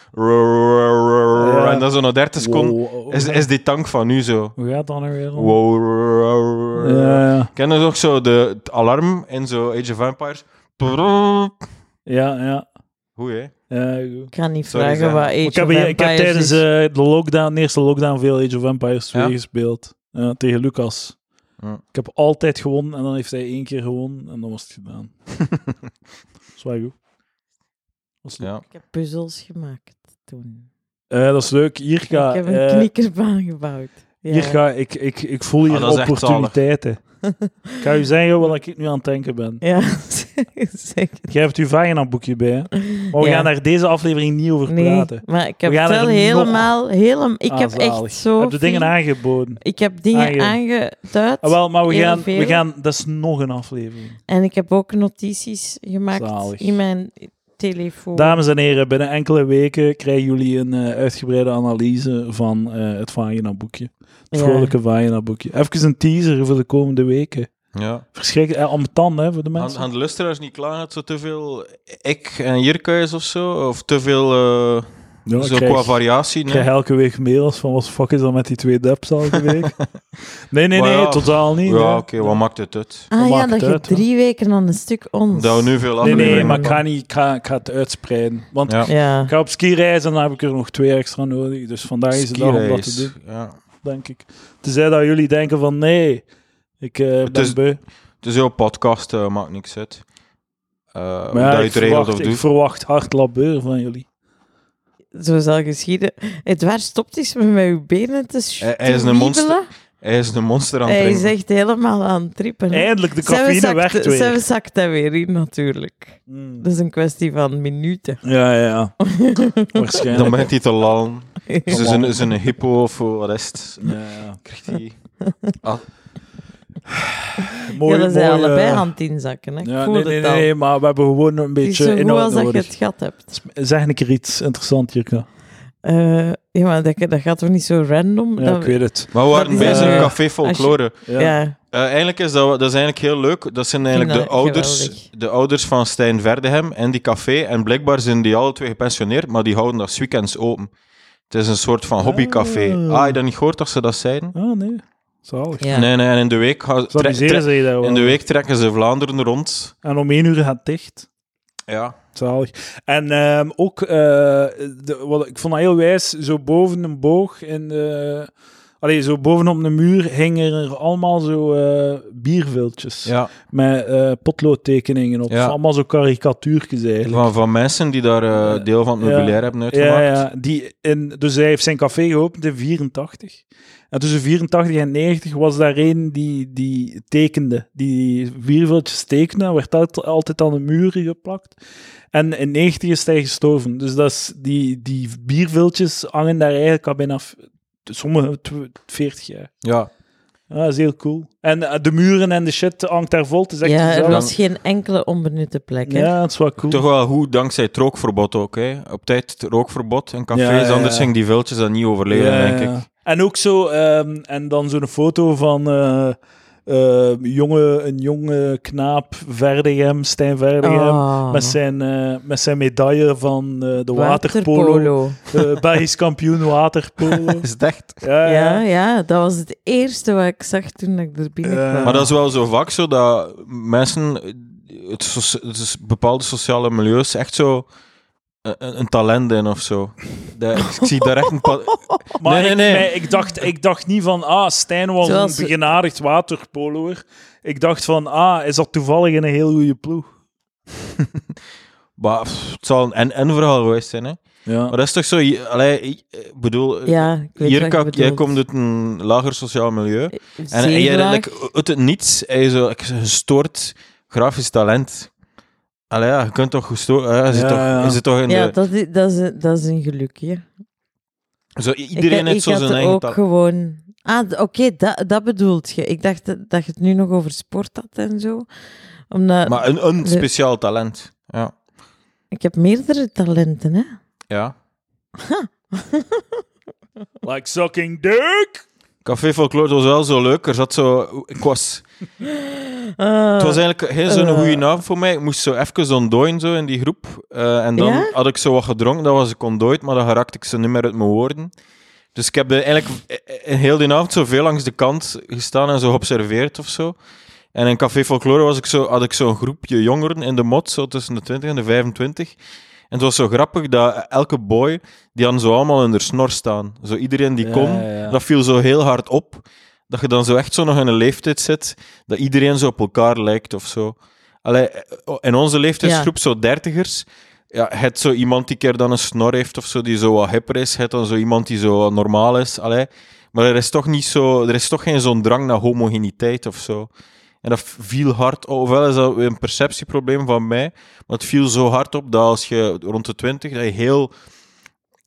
A: Ja.
C: En dan zo na 30 seconden
A: Wow.
C: is, is die tank van nu zo.
A: Hoe gaat dat nou weer? om?
C: Wow.
A: Ja, ja.
C: Ken je nog zo de, het alarm in zo Age of Empires?
A: Ja, ja.
C: Hoe hè?
A: Ja, goed.
B: Ik ga niet
C: Sorry,
B: vragen
C: zeg.
B: wat Age
A: Ik heb,
B: of
A: hier- ik heb
B: Empires
A: tijdens
B: is.
A: eh, de, lockdown, de eerste lockdown veel Age of Empires 2
C: Ja?
A: gespeeld. Ja, tegen Lucas.
C: Ja.
A: Ik heb altijd gewonnen en dan heeft hij één keer gewonnen en dan was het
C: (laughs)
A: gedaan. Zwaar goed. Dat is, leuk.
C: Ja.
B: Ik heb puzzels gemaakt toen.
A: Eh, dat is leuk. Hier ga
B: ik heb een
A: eh,
B: knikkerbaan gebouwd. Ja.
A: hier ga, ik, ik, ik voel
C: Ah,
A: hier
C: dat is echt
A: opportuniteiten. Ik ga u zeggen wat ik nu aan het denken ben.
B: (laughs) Ja, (laughs) zeker.
A: Jij hebt uw vagina-boekje bij, hè? Maar Oh, we
B: Ja.
A: gaan daar deze aflevering niet over
B: Nee,
A: praten.
B: maar ik heb
A: We gaan
B: het wel
A: er nog-
B: helemaal... helemaal ik
A: Ah,
B: heb
A: zalig.
B: echt zo...
A: Ik heb de dingen
B: veel-
A: aangeboden.
B: Ik heb dingen
A: aange-
B: aangeduid.
A: Ah, wel, maar we
B: Heel
A: gaan, we
B: veel.
A: gaan... Dat is nog een aflevering.
B: En ik heb ook notities gemaakt
A: Zalig.
B: in mijn telefoon.
A: Dames en heren, binnen enkele weken krijgen jullie een eh, uitgebreide analyse van eh, het vagina-boekje. Het
B: Ja.
A: vrolijke vagina-boekje. Even een teaser voor de komende weken.
C: Ja.
A: Verschrikkelijk. Eh, ambetant, hè, voor de
C: Aan,
A: mensen.
C: aan de luisteraars niet klaar dat zo te veel ik en Jirka is of zo? Of te veel eh,
A: Ja, ik
C: zo
A: krijg-
C: qua variatie?
A: Ik
C: Nee?
A: krijg elke week mails van wat de fuck is dat met die twee deps elke
C: (laughs)
A: week? nee, nee,
C: Maar
A: nee,
C: ja,
A: totaal niet.
C: Ja,
A: hè.
C: oké, wat maakt het uit?
B: Ah
A: Wat
B: ja,
A: maakt
B: dat
A: het
B: je
A: uit, hè?
B: drie weken aan een stuk ons.
C: Dat we nu veel
A: Nee, nee,
C: afleveringen
A: maar ik
C: maken.
A: ga, niet, ik, ga, ik ga het uitspreiden. Want
C: Ja.
B: Ja.
A: ik ga op ski reizen en dan heb ik er nog twee extra nodig. Dus vandaag is het dag om dat te doen,
C: Skireis, Ja.
A: denk ik. Tenzij dat jullie denken van nee, ik eh, ben
C: is-
A: beu.
C: Dus heel podcast eh, maakt niks uit. Eh of
A: Maar ja,
C: dat je
A: ik,
C: het regelt
A: verwacht,
C: of
A: ik
C: doet.
A: verwacht hard labeur van jullie.
B: Zo zal geschieden. Edouard stopt eens met mijn uw benen te sch-
C: Hij- hij is
B: te
C: een monster
B: wiebelen.
C: Hij is een monster aan het
B: Hij is
C: drinken.
B: echt helemaal aan het trippen. hè.
A: Eindelijk, de
B: Zij
A: cafeïne werkt weer.
B: Zij zakt daar weer in, natuurlijk.
A: Mm.
B: Dat is een kwestie van minuten. (laughs)
A: Ja, ja, ja.
C: Dan
A: Waarschijnlijk.
C: begint hij te lallen. Dus
A: Te
C: is een,
A: lallen.
C: is een hippo of wat is het?
A: Ja, ja.
C: Krijgt hij-
A: Mooi,
B: ja, dat zijn
A: mooi,
B: allebei
A: eh,
B: aan het inzakken. Hè. Ik
A: Ja,
B: voel
A: nee, nee,
B: het al.
A: nee, maar we hebben gewoon een
B: het is
A: beetje
B: zo goed als
A: inhoud
B: dat je
A: nodig.
B: het gat hebt.
A: Zeg een keer iets interessants, Jirka.
B: Eh, ja, maar dat, dat gaat toch niet zo random?
A: Ja,
B: dat,
A: ik weet het.
C: Maar we waren
B: is
C: bezig
A: een-
C: een café folklore.
A: Ja.
B: ja.
C: Eh, eigenlijk is dat, dat is eigenlijk heel leuk. Dat zijn eigenlijk de
B: Kinderen,
C: ouders,
B: geweldig.
C: de ouders van Stijn Verdehem en die café. En blijkbaar zijn die alle twee gepensioneerd, maar die houden dat 's weekends open. Het is een soort van hobbycafé.
A: Ah.
C: Ah, heb je dat niet gehoord dat ze dat zeiden?
A: Ah, nee. Zalig.
B: Ja.
C: Nee, nee, en in de week, gaan- tre-
A: Stabiliseren
C: tre-
A: ze je daar wel.
C: in de week trekken ze Vlaanderen rond.
A: En om één uur gaat het dicht.
C: Ja.
A: Zalig. En ehm, ook, eh, de, wat, ik vond dat heel wijs, zo boven een boog in de... Allee, zo bovenop de muur hingen er allemaal zo eh bierviltjes.
C: ja.
A: Met eh, potloodtekeningen op.
C: Ja.
A: Allemaal zo karikatuurtjes eigenlijk.
C: Van, van mensen die daar eh, deel van het
A: Ja.
C: meubilair hebben
A: Ja,
C: uitgemaakt.
A: ja die in, dus hij heeft zijn café geopend in 84. En tussen 84 en 90 was daar een die, die tekende. Die wierveltjes tekende, werd dat altijd aan de muren geplakt. En in 90 is hij gestorven. Dus dat is, die, die bierviltjes hangen daar eigenlijk al bijna v- sommige tw- 40 jaar.
C: Ja.
A: Ja, dat is heel cool. En eh, de muren en de shit hangt daar vol. Het is echt
B: Ja, er
A: gezellig.
B: was geen enkele onbenutte plek. Hè?
A: ja, het is wel cool.
C: Toch wel goed, dankzij het rookverbod ook. Hè. Op tijd het rookverbod en cafés,
A: Ja, ja, ja.
C: anders zijn die viltjes dat niet overleven,
A: Ja,
C: denk
A: ja.
C: ik.
A: En ook zo, ehm, en dan zo'n foto van eh, eh, jonge, een jonge knaap, Verdegem, Stijn Verdegem,
B: Oh.
A: met, zijn, eh, met zijn medaille van eh, de waterpolo,
B: Waterpolo.
A: eh, Belgisch kampioen waterpolo.
C: Is het echt?
A: ja,
B: Ja,
A: ja.
B: ja, dat was het eerste wat ik zag toen ik er binnenkwam.
A: Ja.
C: Eh, Maar dat is wel zo vaak zo dat mensen, eh, het, socia- het is bepaalde sociale milieus, echt zo een, een talent in of zo. Dat- ik zie daar echt een. pa-
A: (laughs) Maar
C: Nee, nee,
A: ik,
C: nee.
A: mij- ik, dacht, ik dacht niet van, ah, Stijn was
B: Zoals-
A: een begenadigd waterpoloer. Ik dacht van, ah, is dat toevallig in een heel goede ploeg?
C: maar, pff, het zal een en-en verhaal geweest zijn. Hè? Maar
A: Ja.
C: dat is toch zo. je- allee, ik eh, bedoel,
B: (laughs)
C: eh,
B: Ja, ik weet
C: Jirka,
B: wat je
C: jij
B: bedoelt. Eh,
C: komt uit een lager sociaal milieu. En, en
B: Zeer
C: jij
B: laag.
C: like, uit het niets, hij is zo like, gestoord grafisch talent. Allee, ja, je kunt toch gestoord. eh, je zit
A: Ja,
C: toch,
A: ja.
C: je zit toch in
B: Ja,
C: de.
B: dat is, dat, is, een- dat is een gelukje.
C: Zo, iedereen
B: ik,
C: heeft
B: ik
C: zo
B: had
C: zijn eigen
B: ook
C: talent.
B: gewoon... Ah, d- oké, dat, dat bedoelt je. Ik dacht dat, dat je het nu nog over sport had en zo. Omdat
C: Maar een, een
B: de-
C: speciaal talent. Ja.
B: ik heb meerdere talenten, hè.
C: ja.
A: Like sucking dick!
C: Café Folklore was wel zo leuk. Er zat zo... Ik was,
B: Ah,
C: het was eigenlijk geen zo'n
B: eh.
C: goede avond voor mij. Ik moest zo even ontdooien zo in die groep. Eh, en dan
B: Ja?
C: had ik zo wat gedronken. Dat was ik ontdooid, maar dan raakte ik ze niet meer uit mijn woorden. Dus ik heb de- eigenlijk eh, eh, heel die avond zo veel langs de kant gestaan en zo geobserveerd of zo. En in Café Folklore was ik zo, had ik zo'n groepje jongeren in de mot, zo tussen de 20 en de 25. En het was zo grappig dat elke boy, die hadden zo allemaal in de snor staan. Zo iedereen die
A: Ja,
C: kon,
A: ja, ja.
C: dat viel zo heel hard op. Dat je dan zo echt zo nog in een leeftijd zit, dat iedereen zo op elkaar lijkt of zo. Allee, eh, in onze leeftijdsgroep, zo dertigers, ja, het zo iemand die keer dan een snor heeft of zo, die zo wat hipper is, het dan zo iemand die zo wat normaal is. Allee. Maar er is toch, niet zo, er is toch geen zo'n drang naar homogeniteit of zo. En dat viel hard op. Ofwel is dat een perceptieprobleem van mij. Maar het viel zo hard op dat als je rond de 20 dat je heel,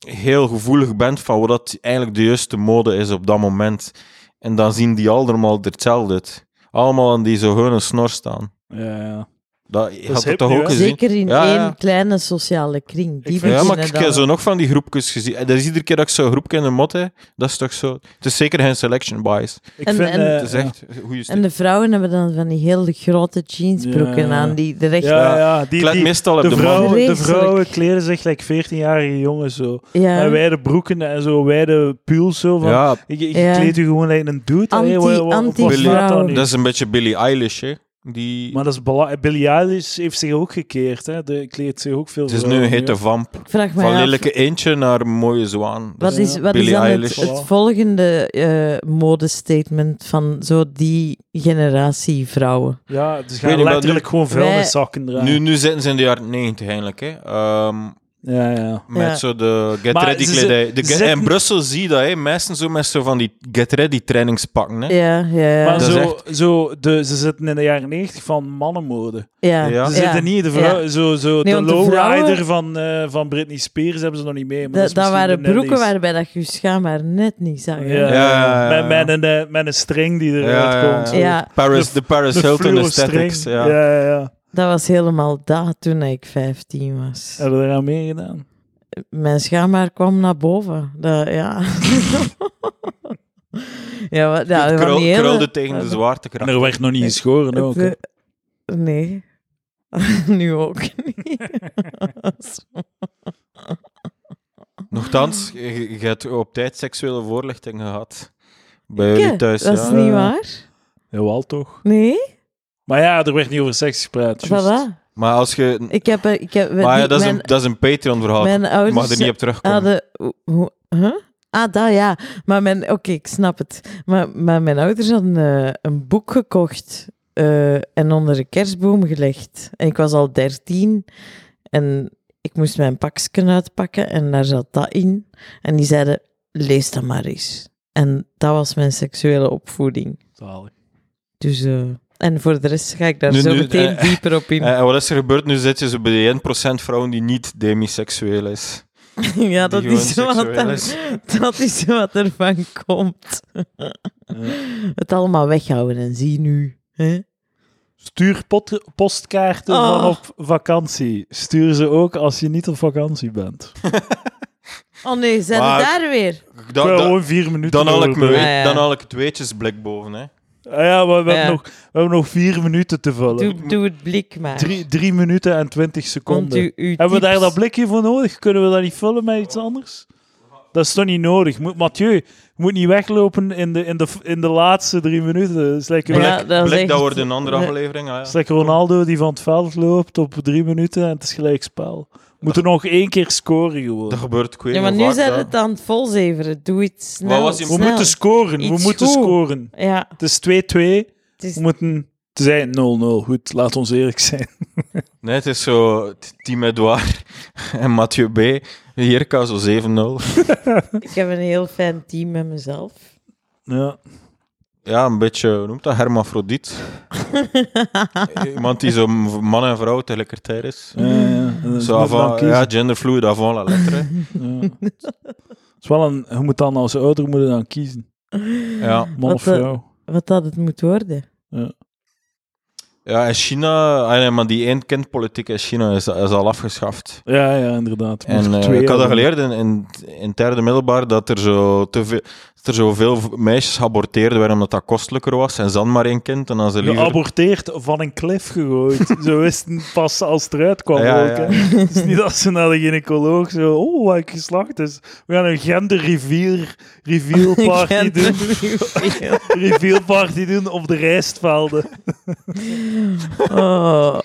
C: heel gevoelig bent van wat dat eigenlijk de juiste mode is op dat moment. En dan zien die allemaal hetzelfde. uit. Allemaal aan die zo hun snor staan.
A: Ja, ja.
C: Dat, je
A: is
C: had
A: hip
C: het toch
A: nu,
C: ook
A: hè?
C: gezien?
B: Zeker in
C: Ja,
B: één
C: ja.
B: kleine sociale kring. Die
A: vind-
C: Ja, maar
B: beginnen
C: ik
B: dan-
C: heb zo nog van die groepjes gezien. En Dat is iedere keer dat ik zo'n groepje in de mot heb. Dat is toch zo. Het is zeker geen selection bias.
A: Ik
B: En-
A: vind...
B: en-
A: eh,
C: Het is echt een goede
B: Dus En
C: stuk.
B: de vrouwen hebben dan van die hele grote jeansbroeken
A: Ja.
B: aan, die er echt... Ja,
A: ja, ja, die,
C: Ik let
A: die-
C: meestal op
A: de,
C: de, man.
A: vrouwen, de
B: Vreselijk.
A: vrouwen kleden zich like 14-jarige jongens zo.
B: ja.
A: En wijde broeken en zo wijde puls zo. Van,
C: Ja,
A: Ik, ik
B: Ja.
A: kleed u gewoon like een dude.
B: Anti-
A: Hey, wa- wa- wat
B: anti-vrouw.
A: slaat dat nu?
C: dat is een beetje Billie Eilish, hè. Die,
A: Maar dat is bela- Billie Eilish heeft zich ook gekeerd. Hè. De kleedt zich ook veel
C: het is nu
A: vrouwen
C: een hitte vamp.
B: Ik vraag me
C: Van
B: af,
C: lelijke eentje naar een mooie zwaan. Dat
B: wat is, wat is
C: Billie
B: dan het,
C: Eilish.
B: het volgende eh modestatement van zo die generatie vrouwen?
A: Ja, dus
C: weet
A: gaan
C: niet, maar
A: letterlijk
C: nu-
A: gewoon vuilniszakken
C: is-
A: dragen.
C: nu, nu zitten ze in de jaren 90 eigenlijk, hè. Ehm,
A: Ja, ja.
C: met
B: Ja.
C: zo de get
A: Maar
C: ready
A: ze-
C: kledij.
A: ze
C: De get-
A: zitten-
C: In Brussel zie je dat, hè. Meestal zo met zo van die get ready trainingspakken, hè.
B: Ja, ja, ja.
A: Maar
C: Dat
A: zo,
C: is
A: zo de, ze zitten in de jaren 90 van mannenmode.
B: ja.
C: Ja.
A: Ze
B: ja.
A: zitten niet in de vrouw, zo, zo
B: Nee,
A: de
B: want de
A: lowrider
B: vrouwen-
A: van, eh, van Britney Spears hebben ze nog niet mee. Maar
B: Dat,
A: dat,
B: dat waren broeken
A: waar
B: waarbij dat je je schaam maar net niet zag. hè.
A: Ja,
C: Ja, ja, ja.
A: Met, met, een, eh, met een string die eruit
C: Ja, ja,
A: komt.
C: ja.
A: zo.
B: Ja,
C: Paris, de,
A: De-
C: Paris
A: De
C: Hilton
A: fluo
C: aesthetics,
A: string.
C: ja.
A: ja, ja, ja.
B: dat was helemaal dat toen ik 15 was.
A: Hebben we eraan meegedaan?
B: Mijn schaamhaar kwam naar boven. Dat, ja. (laughs) ja, wat, ja,
C: Het
B: van
C: krul-
B: die hele-
C: krulde tegen de
A: En
C: zwaartekracht.
A: er werd nog niet geschoren ook. hè.
B: Het, eh, nee. (laughs) nu ook niet.
C: Nochtans, je, je hebt op tijd seksuele voorlichting gehad. Bij
B: Ja,
C: (laughs) jullie thuis,
B: dat is
C: ja.
A: niet
B: niet
A: Ja.
B: waar.
A: Jawel toch.
B: Nee,
A: Maar ja, er werd niet over seks gepraat. juist.
B: voilà.
C: Maar als je...
B: Ik heb... eh, Ik heb
C: Maar ja,
B: die-
C: dat is
B: mijn,
C: een, dat is een Patreon-verhaal.
B: mijn
C: Je
B: ouders
C: mag er niet op terugkomen.
B: hadden... Ah, hoe- hoe- huh? Ah, dat ja. Maar mijn... Oké, ik snap het. Maar, maar mijn ouders hadden eh, een boek gekocht eh, en onder een kerstboom gelegd. En ik was al dertien en ik moest mijn pakje uitpakken en daar zat dat in. En die zeiden, lees dat maar eens. En dat was mijn seksuele opvoeding.
A: Zalig.
B: Dus, eh, en voor de rest ga ik daar
C: Nu-
B: zo
C: nu-
B: meteen
C: eh,
B: dieper op in.
C: Eh, en wat is er gebeurd? Nu zit je zo bij die 1% vrouwen die niet demiseksueel is.
B: (laughs) ja, dat
C: die gewoon
B: is, wat
C: seksueel
B: er,
C: is.
B: (laughs) dat is wat ervan komt. (laughs) Het allemaal weghouden en zie nu. Hè?
A: Stuur pot- postkaarten
B: Oh.
A: van op vakantie. Stuur ze ook als je niet op vakantie bent.
B: Oh nee, zijn
C: Maar-
B: we daar weer?
C: Da- da-
A: gewoon vier minuten.
C: dan, haal ik me,
A: over.
C: weet-
B: Ah, Ja, ja.
C: dan haal ik het weetjesblik boven. Hè.
A: Ah ja, maar we,
B: Ja.
A: Hebben nog, we hebben nog vier minuten te vullen.
B: Doe, doe het blik maar.
A: Drie, drie minuten en twintig
B: Komt
A: seconden.
B: u, uw
A: Hebben we daar
B: tips?
A: dat blikje voor nodig? Kunnen we dat niet vullen met iets anders? Dat is toch niet nodig? Moet, Mathieu, je moet niet weglopen in de, in de, in de laatste drie minuten. Dat is lekker,
B: Ja,
C: blik,
B: dat
C: dat,
B: is
C: blik,
B: echt-
C: dat wordt een andere
B: Nee.
C: aflevering. ah, ja.
A: dat is lekker Ronaldo die van het veld loopt op drie minuten en het is gelijk spel. We moeten nog één keer scoren gewoon.
C: Dat gebeurt, ik weet
B: Ja,
C: niet
B: maar
C: hoe
B: nu
C: vaak
B: zijn
C: dat-
B: het aan het volzeveren. Doe iets snel.
C: was die-
A: we
B: snel.
A: moeten scoren, we
B: Iets
A: moeten
B: goed.
A: scoren.
B: Ja,
A: Het is 2-2, we
B: het is...
A: moeten... Het zijn 0-0, goed, laat ons eerlijk zijn.
C: Nee, het is zo t- Team Edouard (laughs) en Mathieu B. Jirka zo 7-0.
B: ik heb een heel fijn team met mezelf. (laughs)
A: Ja.
C: Ja, een beetje, hoe noemt dat? Hermafrodiet.
A: (laughs)
C: Iemand die zo m- man en vrouw tegelijkertijd is.
A: Ja, ja, ja.
C: Zo
A: Dus Moet dan
C: avant,
A: kiezen.
C: ja, genderfluid avant la
A: (laughs)
C: lettre.
A: Ja. Het is wel een, je moet dan als ouder moet je dan kiezen.
C: ja.
A: Man
B: Wat eh,
A: of
B: de-
A: vrouw.
B: Wat dat het moet worden. (laughs)
C: ja, en China, ah, nee, maar die één kind politiek in China is, is al afgeschaft.
A: Ja, ja, inderdaad. Maar
C: En eh,
A: twee
C: ik had dat
A: hebben-
C: geleerd in, in, in het derde middelbaar dat er zo te veel. Dat er zoveel v- meisjes geaborteerd werden omdat dat kostelijker was. En ze hadden maar één kind. En dan ze liever...
A: Geaborteerd of van een klif gegooid.
C: (laughs)
A: ze wisten pas als het eruit kwam.
C: Ja,
A: ook,
C: ja.
A: hè. Het is niet dat ze naar de gynaecoloog zo. Oh, welk geslacht is. We gaan een gender reveal, reveal party
B: Gent-
A: doen. reveal party doen op de rijstvelden.
B: (laughs) oh.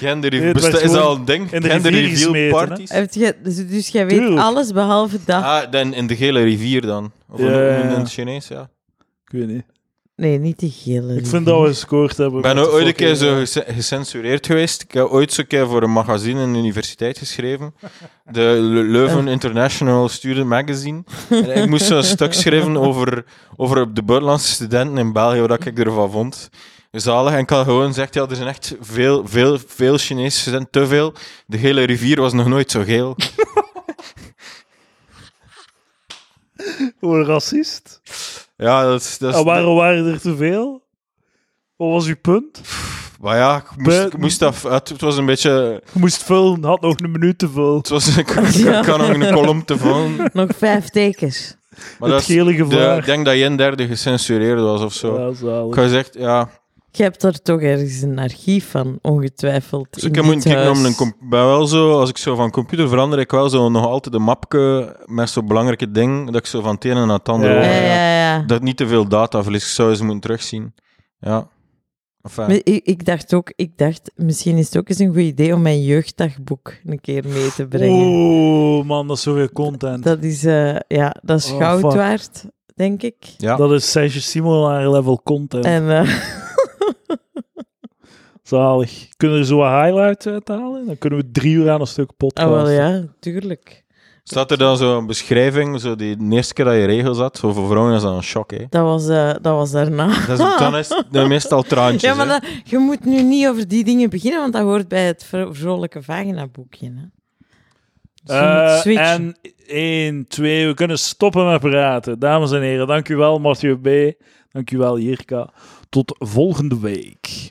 C: Gender
A: Nee, het
C: besta-
A: werd
C: is dat
A: gewoon
C: al een ding?
A: in de
C: Gender
A: rivier
C: reveal
A: gesmeten, hè?
C: parties?
B: Heb je- dus, dus jij weet
A: Tuurlijk.
B: alles behalve dat.
C: Ah, dan in de gele rivier dan. Of in-
A: Ah. Ja, ja,
C: in, in
A: ja.
C: het Chinees, ja.
A: Ik weet niet.
B: Nee, niet die gele.
A: Ik vind dat we gescoord hebben.
C: Ik ben
A: met de
C: ooit een keer
A: fucking-
C: zo gece- gecensureerd geweest. Ik heb ooit zo'n keer voor een magazine in de universiteit geschreven. De Le- Leuven International Student Magazine. En ik moest zo'n stuk schrijven over, over de buitenlandse studenten in België, wat ik ervan vond. Zalig. En ik had gewoon gezegd, ja, er zijn echt veel, veel, veel Chinese studenten, te veel. De gele rivier was nog nooit zo geel.
A: Voor een racist.
C: Ja, dat is... Dat is
A: En Ah, waarom waren er te veel? Wat was uw punt?
C: Maar ja, ik moest, ik moest dat... Het, het was een beetje...
A: Je moest vullen, had nog een minuut te vullen.
C: Het
B: (laughs)
C: was, ik, ik kan nog een column te vullen.
B: Nog vijf tekens.
C: Maar
A: het
C: dat is-
A: gele
C: De, ik
A: gevaar.
C: denk dat je een derde gecensureerd was of zo.
A: Ja,
C: Ik
A: zalig.
C: had gezegd, ja.
B: Je hebt er toch ergens een archief van, ongetwijfeld.
C: Dus
B: in
C: ik heb moeten
B: dit
C: kijken om
B: huis.
C: een comp- ben wel zo, als ik zo van computer verander, ik wel zo nog altijd een mapje met zo'n belangrijke ding, dat ik zo van het ene naar het andere
A: Ja,
B: Ja,
C: over-
B: ja, ja.
C: Dat niet te veel data verlies, ik zou eens moeten terugzien. Ja. Enfin,
B: Maar Ik, ik dacht ook, ik dacht, misschien is het ook eens een goed idee om mijn jeugddagboek een keer mee te brengen.
A: Oeh, man, dat is zoveel content.
B: Dat is, eh, ja, dat is
A: Oh,
B: goud
A: fuck.
B: waard, denk ik.
C: Ja.
A: Dat is Serge Simelaar level content.
B: En eh,
A: Zalig. Kunnen we er zo wat highlights uithalen? Dan kunnen we drie uur aan een stuk
B: (laughs) ah,
A: podcast.
B: wel ja, tuurlijk.
C: staat er dan zo'n beschrijving, zo die de eerste keer dat je regels had, zo voor vrouwen is dat een shock, hè.
B: Dat was, eh, dat was daarna.
C: Dat is, dan is het meestal traantjes,
B: Ah. (laughs) Ja, maar
C: hè.
B: dat, je moet nu niet over die dingen beginnen, want dat hoort bij het vro- vrolijke vagina-boekje. Hè. Dus je moet
A: Eh,
B: switchen.
A: en 1, 2, we kunnen stoppen met praten. Dames en heren, dank u wel, Mathieu B. Dank u wel, Jirka. Tot volgende week.